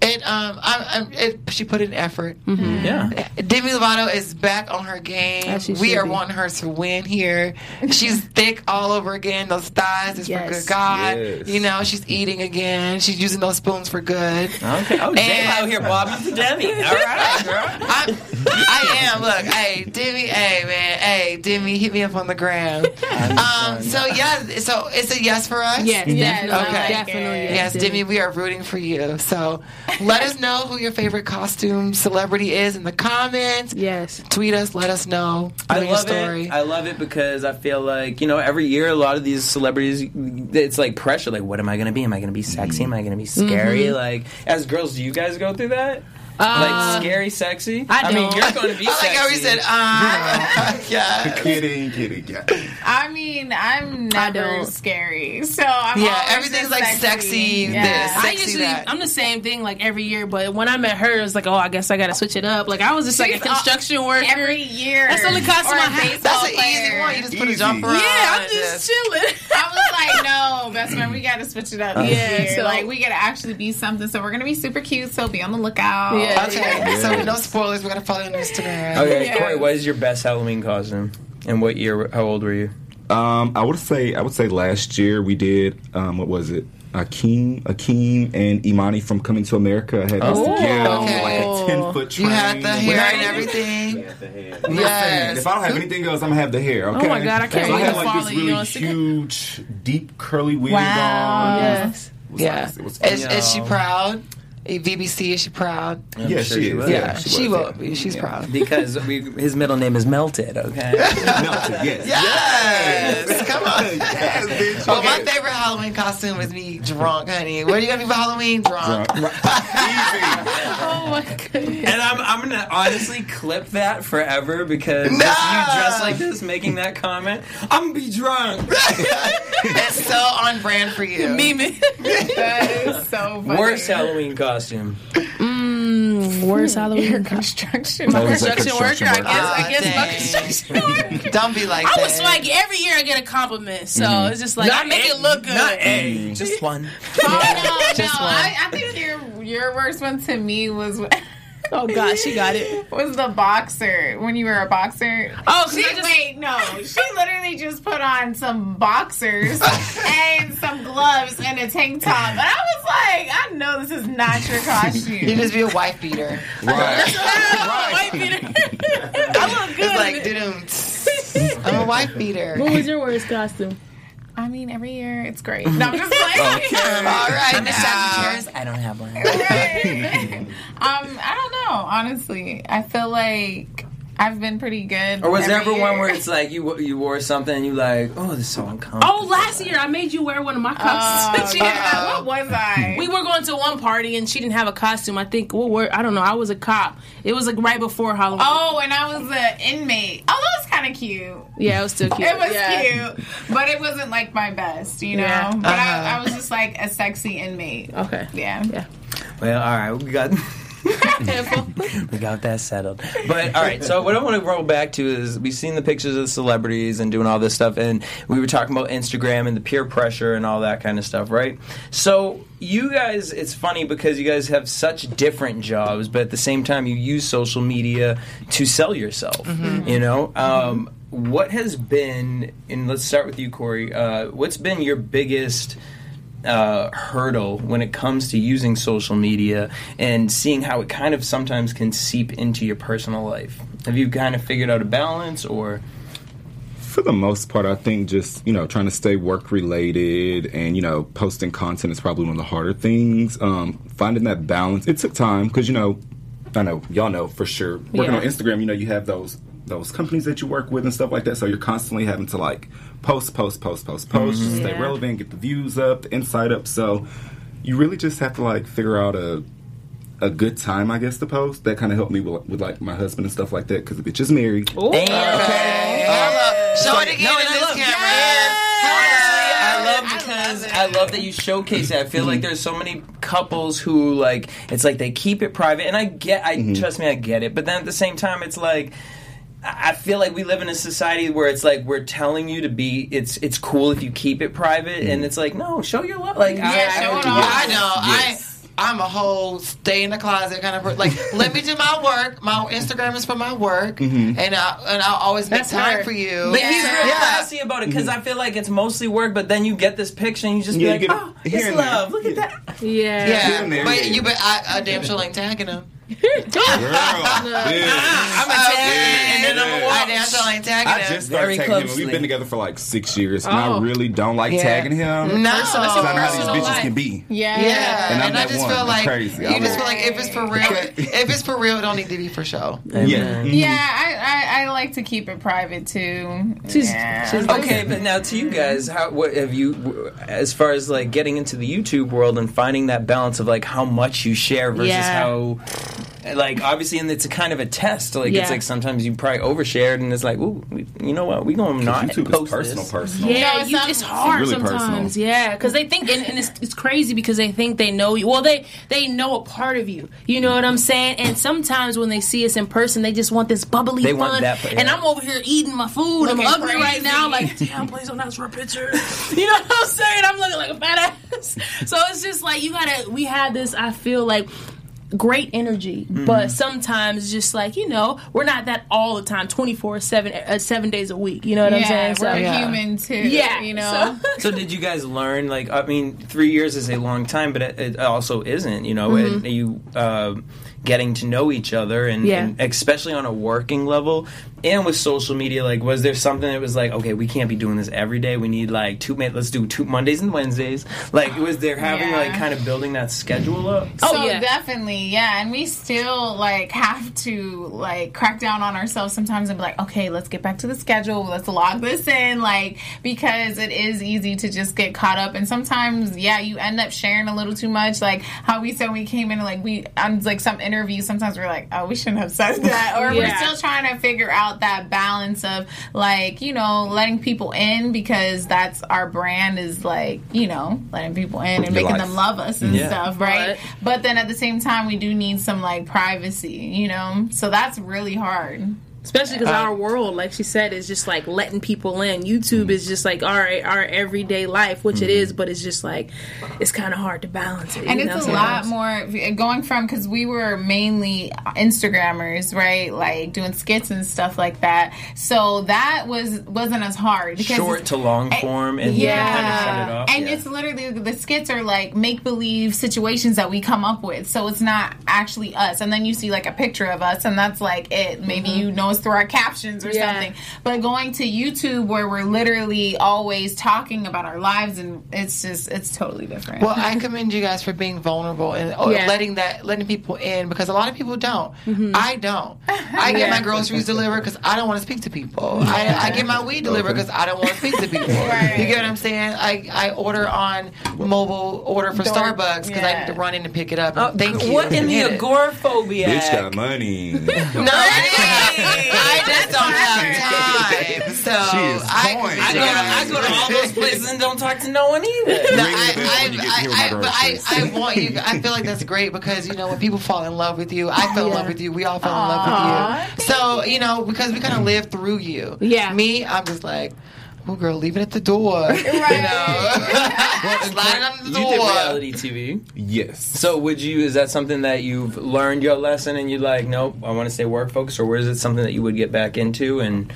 Speaker 5: It um, I, I, it, she put in effort.
Speaker 4: Yeah.
Speaker 5: Demi Lovato is back on her game.
Speaker 9: As she
Speaker 5: We
Speaker 9: should
Speaker 5: are
Speaker 9: be.
Speaker 5: wanting her to win here.
Speaker 9: [LAUGHS]
Speaker 5: She's thick all over again. Those thighs is
Speaker 9: Yes.
Speaker 5: for good God.
Speaker 7: Yes.
Speaker 5: You know, she's eating again. She's using those spoons for good.
Speaker 4: Okay. Oh, Jay
Speaker 5: And-
Speaker 4: out here, Bobby to Demi. All right, girl.
Speaker 5: I, I am. Look, hey, Demi, hey, man, hey, Demi, hit me up on
Speaker 9: [LAUGHS]
Speaker 5: the gram. Um, so, yeah, so it's a yes for us?
Speaker 9: Yes,
Speaker 14: Yes,
Speaker 9: definitely.
Speaker 5: Okay.
Speaker 9: Definitely.
Speaker 5: Yes, Demi, we are rooting for you. So let us know who your favorite costume celebrity is in the comments.
Speaker 9: Yes.
Speaker 5: Tweet us, let us know. Put
Speaker 4: I
Speaker 5: in your
Speaker 4: love
Speaker 5: story.
Speaker 4: it. I love it because I feel like you know every year a lot of these celebrities, it's like pressure. Like, what am I going to be? Am I going to be sexy? Am I going to be
Speaker 5: Mm-hmm.
Speaker 4: scary? Like, as girls, do you guys go through that? like scary, sexy.
Speaker 9: I
Speaker 4: mean,
Speaker 9: don't.
Speaker 4: you're going to be.
Speaker 5: Uh, I [LAUGHS] like how he
Speaker 4: sexy.
Speaker 5: said, uh, [LAUGHS] yeah.
Speaker 7: Kidding, kidding, yeah.
Speaker 14: [LAUGHS] I mean, I'm never
Speaker 9: don't.
Speaker 14: scary, so I'm
Speaker 5: [LAUGHS] Yeah,
Speaker 14: always
Speaker 5: everything's
Speaker 14: just
Speaker 5: like sexy
Speaker 14: Yeah.
Speaker 5: this.
Speaker 9: I
Speaker 5: Sexy
Speaker 9: usually
Speaker 5: that.
Speaker 9: I'm the same thing like every year, but when I met her, it was like, oh, I guess I gotta switch it up. Like I was just like a
Speaker 14: She's
Speaker 9: construction worker.
Speaker 14: Every year,
Speaker 9: That's the only costume
Speaker 14: Or a
Speaker 9: I had.
Speaker 14: baseball
Speaker 5: That's an easy
Speaker 14: player.
Speaker 5: one. You just put a
Speaker 7: Easy.
Speaker 5: jumper on.
Speaker 9: yeah, I'm
Speaker 5: and
Speaker 9: just chilling.
Speaker 14: I was like, no, best friend, we gotta switch it up. this
Speaker 9: Uh, Yeah,
Speaker 14: year.
Speaker 9: so-
Speaker 14: like we gotta actually be something. So we're gonna be super cute. So be on the lookout.
Speaker 9: Yeah.
Speaker 5: Okay, so no spoilers. We're going to follow you on Instagram.
Speaker 4: Okay,
Speaker 14: Yeah.
Speaker 4: Corey, what is your best Halloween costume? And what year? How old were you?
Speaker 7: Um, I would say I would say last year we did um, what was it? Akeem, Akeem, and Imani from Coming to America had us
Speaker 1: Oh.
Speaker 7: together on,
Speaker 1: Okay.
Speaker 7: like a ten foot train.
Speaker 1: You had the hair
Speaker 7: Without
Speaker 1: and everything.
Speaker 7: Listen,
Speaker 1: Yes.
Speaker 7: If I don't have anything else, I'm gonna have the hair.
Speaker 1: Oh
Speaker 7: Okay.
Speaker 1: my God, I can't
Speaker 7: so I
Speaker 1: wait
Speaker 7: had
Speaker 1: to
Speaker 7: like this
Speaker 1: follow you
Speaker 7: really
Speaker 1: on
Speaker 7: huge, deep, curly wig
Speaker 1: Wow.
Speaker 7: on.
Speaker 1: Yes. Yeah.
Speaker 7: It was-
Speaker 1: Is, is she proud? Eh, VBC, is she proud?
Speaker 7: I'm Yeah, sure she she is. was.
Speaker 1: Yeah,
Speaker 7: Yeah, she
Speaker 1: she,
Speaker 7: was,
Speaker 1: will be. She's proud.
Speaker 4: because we, his middle name is Melted. Okay,
Speaker 7: Melted. Yes.
Speaker 1: Yes, come
Speaker 7: [LAUGHS]
Speaker 1: on. Yes, bitch. Well, my favorite Halloween costume was me drunk, honey. What are you gonna be for Halloween? Drunk.
Speaker 9: oh my goodness.
Speaker 4: And I'm, I'm gonna honestly clip that forever because if you dress like this, making that comment, I'm gonna be drunk.
Speaker 1: It's so on brand for you.
Speaker 9: Mimi.
Speaker 5: that is so funny.
Speaker 4: Worst Halloween costume.
Speaker 9: Mm, worst Halloween
Speaker 5: construction.
Speaker 4: That was a construction
Speaker 9: I
Speaker 4: worker.
Speaker 9: guess. I guess my construction worker.
Speaker 1: Don't be like
Speaker 9: I was
Speaker 1: that.
Speaker 9: like every year I get a compliment, so
Speaker 4: Mm-hmm.
Speaker 1: Mhm.
Speaker 9: it's just like
Speaker 1: Not
Speaker 9: I make
Speaker 1: a-
Speaker 9: it look good.
Speaker 1: not
Speaker 4: a, just one. [LAUGHS]
Speaker 5: Oh, no, no.
Speaker 9: Just one.
Speaker 5: I, I think your your worst one to
Speaker 14: [LAUGHS]
Speaker 5: me was.
Speaker 9: Oh God, she got it.
Speaker 5: Was the boxer when you were a boxer?
Speaker 9: Oh, 'cause
Speaker 5: [LAUGHS] she
Speaker 9: I just- [LAUGHS]
Speaker 5: wait no, she literally just put on some boxers and some gloves and a tank top, and I was like, I know this is not your costume.
Speaker 4: [LAUGHS]
Speaker 1: You just be a wife beater.
Speaker 5: [LAUGHS] Right.
Speaker 7: [LAUGHS]
Speaker 1: I look good. It's like, doo-doo. I'm a wife beater.
Speaker 9: What was your worst costume?
Speaker 5: I mean, every year it's great. No,
Speaker 9: [LAUGHS]
Speaker 5: I'm just playing.
Speaker 1: All right,
Speaker 5: I'm a
Speaker 1: now.
Speaker 5: Sagittarius.
Speaker 4: I don't have one.
Speaker 5: Um, I don't know. Honestly, I feel like I've been pretty good.
Speaker 4: Or was there
Speaker 5: every
Speaker 4: ever one
Speaker 5: year. [LAUGHS]
Speaker 4: where it's like you you wore something and you like, oh, this is so uncomfortable.
Speaker 9: Oh, last year I made you wear one of my costumes. [LAUGHS]
Speaker 5: Oh, yeah. What was I?
Speaker 9: We were going to one party and she didn't have a costume. I think what were I don't know. I was a cop. It was like right before Halloween.
Speaker 5: Oh, and I was an inmate. Oh, that was kind of cute.
Speaker 9: yeah, it was still cute.
Speaker 5: It was
Speaker 9: Yeah.
Speaker 5: cute, but it wasn't like my best, you know.
Speaker 9: Yeah.
Speaker 5: But I,
Speaker 9: Uh-huh.
Speaker 5: I was just like a sexy inmate.
Speaker 9: Okay.
Speaker 5: Yeah.
Speaker 9: Yeah.
Speaker 4: Well, all right, we got
Speaker 9: [LAUGHS]
Speaker 4: we got that settled. But all right, so what I want to roll back to is we've seen the pictures of the celebrities and doing all this stuff, and we were talking about Instagram and the peer pressure and all that kind of stuff, right? So you guys, it's funny because you guys have such different jobs, but at the same time, you use social media to sell yourself. You know. Um, what has been, and let's start with you, Corey. Uh, what's been your biggest uh, hurdle when it comes to using social media and seeing how it kind of sometimes can seep into your personal life. Have you kind of figured out a balance or?
Speaker 7: For the most part, I think just, you know, trying to stay work related and, you know, posting content is probably one of the harder things. Um, finding that balance, it took time because, you know, I know, y'all know for sure. Working
Speaker 16: Yeah.
Speaker 7: on Instagram, you know, you have those those companies that you work with and stuff like that. So you're constantly having to like post, post, post, post, post,
Speaker 5: Mm-hmm.
Speaker 16: Mhm.
Speaker 7: stay
Speaker 16: Yeah.
Speaker 7: relevant, get the views up, the insight up. So you really just have to like figure out a a good time, I guess, to post. That kind of helped me with, with like my husband and stuff like that because the bitch is married.
Speaker 1: Show it again in this camera.
Speaker 4: I love because I love, that you showcase that. I feel like there's so many couples who like it's like they keep it private, and I get, I trust me, I get it. But then at the same time, it's like. I I feel like we live in a society where it's like we're telling you to be it's it's cool if you keep it private and it's like no show your love like
Speaker 1: yeah,
Speaker 4: I,
Speaker 1: show
Speaker 4: I,
Speaker 1: it off. I know. I I'm a whole stay in the closet kind of person. Like, let me do my work. My Instagram is for my work,
Speaker 4: Mhm.
Speaker 1: and I and I'll always make time for you.
Speaker 4: But he's real
Speaker 1: Yeah.
Speaker 4: classy about it because I feel like it's mostly work. But then you get this picture and you just
Speaker 1: Yeah,
Speaker 4: be
Speaker 1: you
Speaker 4: like,
Speaker 1: get
Speaker 4: oh,
Speaker 1: it here
Speaker 4: it's
Speaker 1: and there.
Speaker 4: love. Look at that.
Speaker 9: Yeah.
Speaker 1: Yeah,
Speaker 4: Yeah,
Speaker 1: but
Speaker 4: maybe.
Speaker 1: you but I, I damn sure ain't tagging him.
Speaker 4: I'm a tag, and then I'm a
Speaker 1: I damn sure ain't tagging
Speaker 7: I
Speaker 1: him.
Speaker 7: just started tagging him. and We've been together for like six years, and
Speaker 1: Oh.
Speaker 7: I really don't like
Speaker 1: Yeah.
Speaker 7: tagging him.
Speaker 1: No. That's your
Speaker 7: because I know how these
Speaker 1: personal
Speaker 7: bitches
Speaker 1: life.
Speaker 7: can be.
Speaker 5: Yeah.
Speaker 1: Yeah,
Speaker 7: And
Speaker 1: and,
Speaker 7: I'm
Speaker 1: I
Speaker 7: that
Speaker 1: just
Speaker 7: one.
Speaker 1: feel
Speaker 7: I'm
Speaker 1: like
Speaker 7: crazy.
Speaker 1: you
Speaker 7: I'm
Speaker 1: just
Speaker 7: a-
Speaker 1: feel like if it's
Speaker 7: [LAUGHS]
Speaker 1: for real, if it's for real, it don't need to be for show.
Speaker 7: Yeah.
Speaker 5: Yeah, I, I, I like to keep it private too. yeah.
Speaker 4: okay, but now to you guys, how what have you, w- as far as like getting into the YouTube world and finding that balance of like how much you share versus
Speaker 9: Yeah.
Speaker 4: how, like obviously, and it's a kind of a test. Like
Speaker 9: Yeah.
Speaker 4: it's like sometimes you probably overshared, and it's like, ooh, we, you know what, we gonna not
Speaker 7: YouTube is
Speaker 4: post
Speaker 7: personal,
Speaker 4: this.
Speaker 7: personal.
Speaker 9: Yeah, you,
Speaker 5: some-
Speaker 9: it's hard
Speaker 4: Really personal.
Speaker 9: sometimes. Yeah, because they think, and, and it's, it's crazy because they think they know you. Well, they they know a part of you. You know what I'm saying? And sometimes when they see us in person, they just want this bubbly
Speaker 4: They
Speaker 9: fun.
Speaker 4: want that part,
Speaker 9: And
Speaker 4: yeah.
Speaker 9: I'm over here eating my food.
Speaker 5: Looking
Speaker 9: I'm ugly
Speaker 5: crazy.
Speaker 9: right now. Like, damn, please don't ask for a
Speaker 5: [LAUGHS]
Speaker 9: picture. [LAUGHS] You know what I'm [LAUGHS] saying? I'm looking like a fat ass. So it's just like you gotta. We had this. I feel like great energy,
Speaker 5: Mhm.
Speaker 9: but sometimes just like you know, we're not that all the time, twenty four seven, uh, seven days a week. You know what
Speaker 5: Yeah,
Speaker 9: I'm saying? So-
Speaker 5: we're human too,
Speaker 9: Yeah,
Speaker 5: you know?
Speaker 4: so did you guys learn like i mean three years is a long time but it, it also isn't you know
Speaker 9: Mhm.
Speaker 4: and you uh, getting to know each other and,
Speaker 9: Yeah.
Speaker 4: and especially on a working level and with social media like was there something that was like okay we can't be doing this every day we need like two ma- let's do two mondays and wednesdays like was there having like kind of building that schedule up
Speaker 9: [LAUGHS] Oh,
Speaker 5: so definitely, yeah. And we still like have to like crack down on ourselves sometimes and be like, okay, let's get back to the schedule. Let's log this in, like because it is easy to just get caught up. And sometimes, yeah, you end up sharing a little too much. Like how we said we came in, like we on like some interview. Sometimes we're like, oh, we shouldn't have said that, or we're
Speaker 9: Yeah.
Speaker 5: still trying to figure out that balance of like you know letting people in because that's our brand is like you know letting people in and
Speaker 9: Your
Speaker 5: making
Speaker 9: life.
Speaker 5: them love us and
Speaker 9: Yeah.
Speaker 5: stuff, right? But then at the same time, we do need some like privacy, you know? So that's really hard.
Speaker 9: Especially because
Speaker 5: Uh,
Speaker 9: our world, like she said, is just like letting people in. YouTube is just like our our everyday life, which it is, but it's just like it's kind of hard to balance it.
Speaker 5: and
Speaker 9: you
Speaker 5: it's
Speaker 9: know,
Speaker 5: a lot
Speaker 9: sometimes.
Speaker 5: more going from because we were mainly instagrammers right like doing skits and stuff like that so that was wasn't as hard because
Speaker 4: short to long form and yeah. kind of set it off
Speaker 5: and it's literally the skits are like make believe situations that we come up with, so it's not actually us. And then you see like a picture of us, and that's like it. Maybe
Speaker 1: Mm-hmm.
Speaker 5: you know us through our captions or
Speaker 9: Yeah.
Speaker 5: something. But going to YouTube where we're literally always talking about our lives, and it's just it's totally different.
Speaker 1: Well, I commend you guys for being vulnerable and uh,
Speaker 5: Yeah.
Speaker 1: letting that letting people in because a lot of people don't.
Speaker 9: Mm-hmm.
Speaker 1: I don't. I get my
Speaker 5: Yeah.
Speaker 1: groceries delivered because I don't want to speak to people. I, I get my weed delivered because I don't want to speak to people.
Speaker 5: [LAUGHS]
Speaker 1: You get what I'm saying? I, I order on mobile order for
Speaker 4: Door-
Speaker 1: Starbucks because I
Speaker 4: yeah.
Speaker 1: need to run in and pick it up. Oh, Thank you.
Speaker 4: what in the
Speaker 1: Hit it.
Speaker 4: agoraphobia
Speaker 7: Bitch got money.
Speaker 1: No, [LAUGHS] I just don't have time. So
Speaker 7: She is
Speaker 1: I,
Speaker 7: going
Speaker 1: I, go, I
Speaker 4: I go to all those places and don't talk to no one either.
Speaker 1: No, I, I, I, I, but I, I want you. I feel like that's great because you know when people fall in love with you, I fell in love with you. We all fell in love with you. So you know because we kind of live through you. Yeah. Me, I'm just like, oh girl, leave it at the door.
Speaker 9: [LAUGHS]
Speaker 1: Slide it on the
Speaker 4: You did
Speaker 1: door.
Speaker 4: reality TV.
Speaker 7: Yes.
Speaker 4: So would you? Is that something that you've learned your lesson, and you're like, nope, I want to stay work focused, or is it something that you would get back into, and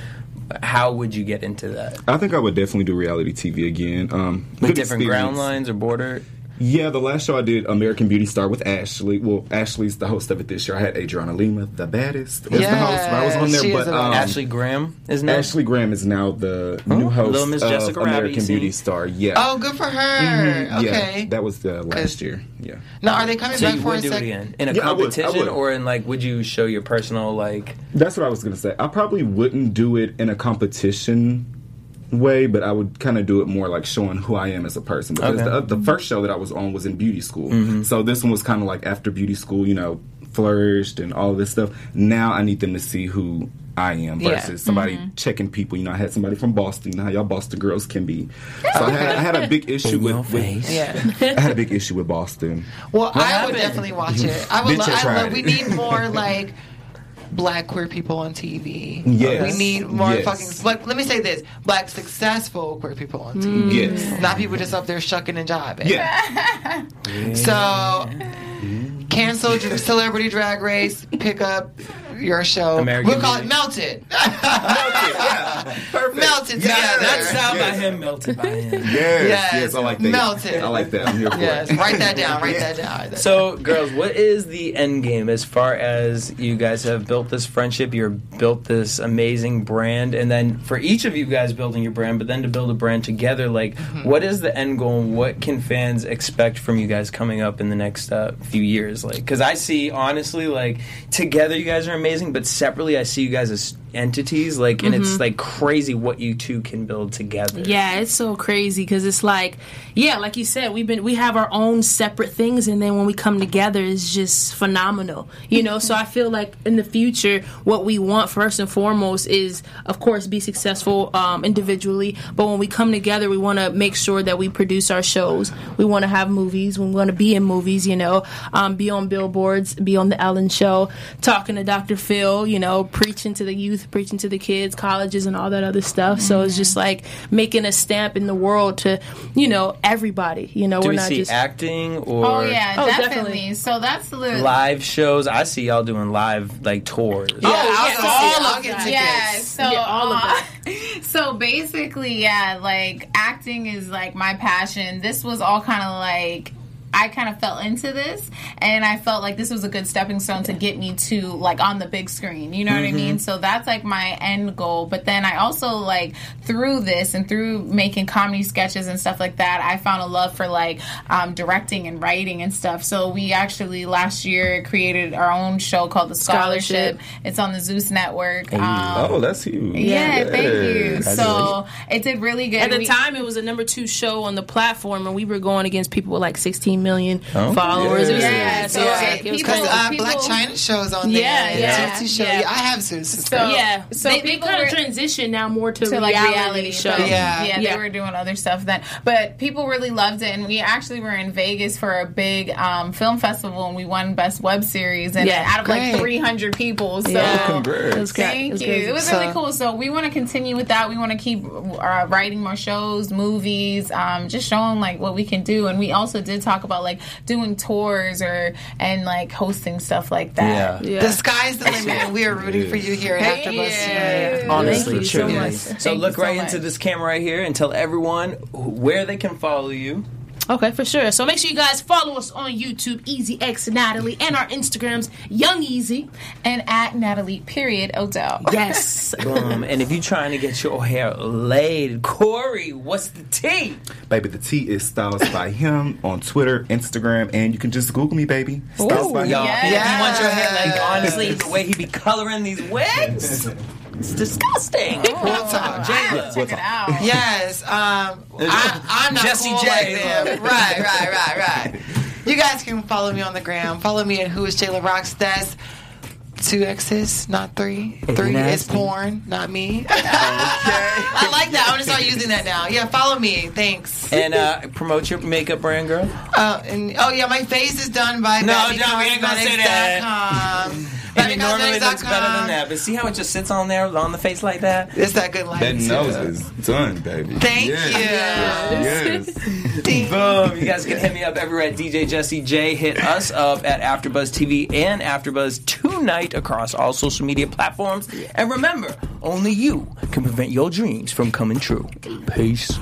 Speaker 4: how would you get into that?
Speaker 7: I think I would definitely do reality TV again. Um,
Speaker 4: With
Speaker 7: good
Speaker 4: different
Speaker 7: experience.
Speaker 4: ground lines or border?
Speaker 7: Yeah, the last show I did, American Beauty Star with Ashley. Well, Ashley's the host of it this year. I had Adriana Lima, the baddest, was the host. But I was on
Speaker 4: Yes,
Speaker 7: there,
Speaker 4: she is
Speaker 7: but
Speaker 4: a
Speaker 7: um,
Speaker 4: badass. Ashley Graham is now?
Speaker 7: Ashley Graham is now the new host
Speaker 4: Little Miss
Speaker 7: of
Speaker 4: Jessica Rabbit, you
Speaker 7: American
Speaker 4: see?
Speaker 7: Beauty Star. Yeah.
Speaker 1: Oh, good for her.
Speaker 7: Mhm, yeah,
Speaker 1: Okay.
Speaker 7: that was the last year. Yeah.
Speaker 1: Now are they coming
Speaker 4: So
Speaker 1: back
Speaker 4: you
Speaker 1: for
Speaker 4: would
Speaker 1: a
Speaker 4: do it
Speaker 1: second?
Speaker 4: again in a
Speaker 7: Yeah, I would, I
Speaker 4: competition,
Speaker 7: would.
Speaker 4: or in like, would you show your personal like?
Speaker 7: That's what I was gonna say. I probably wouldn't do it in a competition way, but I would kind of do it more like showing who I am as a person. Because
Speaker 4: Okay.
Speaker 7: the, the first show that I was on was in beauty school, so this one was kind of like after beauty school, you know, flourished and all this stuff. Now I need them to see who I am
Speaker 4: Yeah.
Speaker 7: versus somebody checking people. You know, I had somebody from Boston. You know how y'all Boston girls can be. So I had, I had a big issue with, with I had a big issue with Boston.
Speaker 1: Well,
Speaker 7: What
Speaker 1: I
Speaker 7: happened?
Speaker 1: would definitely watch it. I would.
Speaker 7: Bitch,
Speaker 1: love
Speaker 7: I
Speaker 1: I
Speaker 7: tried
Speaker 1: love. We
Speaker 7: it. [LAUGHS]
Speaker 1: need more like black queer people on TV.
Speaker 7: Yes.
Speaker 1: We need more
Speaker 7: Yes.
Speaker 1: fucking. But let me say this: black successful queer people on TV.
Speaker 7: Mm. Yes.
Speaker 1: Not people just up there shucking and jiving. [LAUGHS]
Speaker 5: Yeah.
Speaker 1: So. Cancel dr- Celebrity Drag Race. Pick up your show.
Speaker 4: American [LAUGHS]
Speaker 1: we'll call
Speaker 4: Beauty.
Speaker 1: it Melted. Melted together.
Speaker 4: Yeah, that's sound by him melted by him.
Speaker 7: Yes, yes, I like that.
Speaker 1: Melted.
Speaker 7: I like that. I'm here for
Speaker 1: Yes.
Speaker 7: it.
Speaker 1: Write that down. Write that down.
Speaker 4: So, girls, what is the end game as far as you guys have built this friendship? You're built this amazing brand, and then for each of you guys building your brand, but then to build a brand together, like,
Speaker 9: Mm-hmm.
Speaker 4: what is the end goal? and What can fans expect from you guys coming up in the next uh, few years? Like, because I see honestly, like, together you guys are amazing, but separately, I see you guys as entities, like, and
Speaker 9: Mhm.
Speaker 4: it's like crazy what you two can build together.
Speaker 9: Yeah, it's so crazy because it's like, yeah, like you said, we've been we have our own separate things, and then when we come together, it's just phenomenal, you know. so I feel like in the future, what we want first and foremost is, of course, be successful um, individually. But when we come together, we want to make sure that we produce our shows. We want to have movies. We want to be in movies, you know, um, be on billboards, be on the Ellen Show, talking to Dr. Phil, you know, preaching to the youth youth, preaching to the kids, colleges, and all that other stuff. So it's just like making a stamp in the world to, you know, everybody. You know,
Speaker 4: Do
Speaker 9: we're
Speaker 4: we
Speaker 9: not
Speaker 4: see
Speaker 9: just
Speaker 4: acting or
Speaker 5: Oh yeah,
Speaker 9: Oh,
Speaker 5: definitely.
Speaker 9: definitely.
Speaker 5: So that's the
Speaker 4: live shows? I see y'all doing live like tours.
Speaker 5: Yeah, so uh, um, all so basically, yeah, like acting is like my passion. This was all kind of like I kind of fell into this, and I felt like this was a good stepping stone to get me to like on the big screen. You know what I
Speaker 17: Mhm.
Speaker 5: mean? So that's like my end goal. But then I also like through this and through making comedy sketches and stuff like that, I found a love for like um, directing and writing and stuff. So we actually last year created our own show called The Scholarship.
Speaker 9: Scholarship.
Speaker 5: It's on the Zeus Network. Um,
Speaker 7: oh, that's huge.
Speaker 5: yeah, thank
Speaker 7: Yeah.
Speaker 5: you. So it did really good.
Speaker 9: At the
Speaker 5: We-
Speaker 9: time, it was a number two show on the platform, and we were going against people with like 16 million
Speaker 7: Oh.
Speaker 9: followers. It was,
Speaker 1: Yeah.
Speaker 9: yeah, so
Speaker 1: Yeah.
Speaker 9: like, it was
Speaker 1: Because,
Speaker 9: crazy.
Speaker 1: uh, Black China shows on there.
Speaker 9: Yeah,
Speaker 1: and
Speaker 9: yeah,
Speaker 1: Tootsie show.
Speaker 9: yeah.
Speaker 1: Yeah, I have Zeus.
Speaker 9: So, yeah, so they, they
Speaker 5: people
Speaker 9: kind
Speaker 5: were-
Speaker 9: of transitioned now more to,
Speaker 5: to like reality
Speaker 9: show.
Speaker 5: shows. yeah, they were doing other stuff then. But people really loved it, and we actually were in Vegas for a big um, film festival, and we won best web series, and
Speaker 9: Yeah.
Speaker 5: out of
Speaker 9: Great.
Speaker 5: like 300 people. So
Speaker 9: Yeah. Congrats. It was great. It
Speaker 5: thank
Speaker 9: was
Speaker 5: you.
Speaker 9: crazy.
Speaker 5: It was
Speaker 9: So-
Speaker 5: really cool. So we want to continue with that. We want to keep uh, writing more shows, movies, um, just showing like what we can do. And we also did talk about like doing tours or and like hosting stuff like that.
Speaker 1: Yeah. The sky's the limit, and we are rooting for you here at
Speaker 5: Thank
Speaker 1: AfterBuzz.
Speaker 5: you.
Speaker 4: Honestly,
Speaker 5: Thank you so
Speaker 4: truly.
Speaker 5: much.
Speaker 4: So
Speaker 5: Thank
Speaker 4: look
Speaker 5: you so
Speaker 4: right
Speaker 5: much.
Speaker 4: into this camera right here and tell everyone where they can follow you.
Speaker 9: Okay, for sure. So make sure you guys follow us on YouTube, Easy X Natalie, and our Instagrams, Young Easy,
Speaker 5: and at Natalie period Odell.
Speaker 9: Yes.
Speaker 4: [LAUGHS] Boom. and if you're trying to get your hair laid, Corey, what's the tea?
Speaker 7: Baby, the T is Styles by Him on Twitter, Instagram, and you can just Google me, baby. Styles
Speaker 4: Ooh,
Speaker 7: by
Speaker 4: y'all.
Speaker 7: Him.
Speaker 4: And If you want your hair laid, honestly, the way he be coloring these wigs, it's disgusting.
Speaker 1: We'll talk.
Speaker 4: Jayla. We'll talk.
Speaker 1: Yes. Um, I, I'm not
Speaker 4: Jesse
Speaker 1: cool
Speaker 4: J.
Speaker 1: like them. Right, right, right, right. You guys can follow me on the gram. Follow me at Who is Jayla Rocks. That's two X's, not three. Three is
Speaker 4: Nasty.
Speaker 1: porn, not me. I like that. I'm going to start using that now. Yeah, follow me. Thanks.
Speaker 4: And uh, promote your makeup brand, girl.
Speaker 1: Uh, and oh yeah, my face is done by
Speaker 4: No, no, we ain't gonna say that.
Speaker 1: BabyCosmetics.com.
Speaker 4: [LAUGHS] And it normally looks better
Speaker 1: BabyCosmetics.com.
Speaker 4: than that, but see how it just sits on there on the face like that?
Speaker 1: It's that good light.
Speaker 7: That nose is done, baby.
Speaker 1: Thank
Speaker 7: Yes. yes.
Speaker 4: Boom! You guys can hit me up everywhere at DJ Jesse J. Hit us up at AfterBuzz TV and AfterBuzz tonight across all social media platforms. And remember, only you can prevent your dreams from coming true. Peace.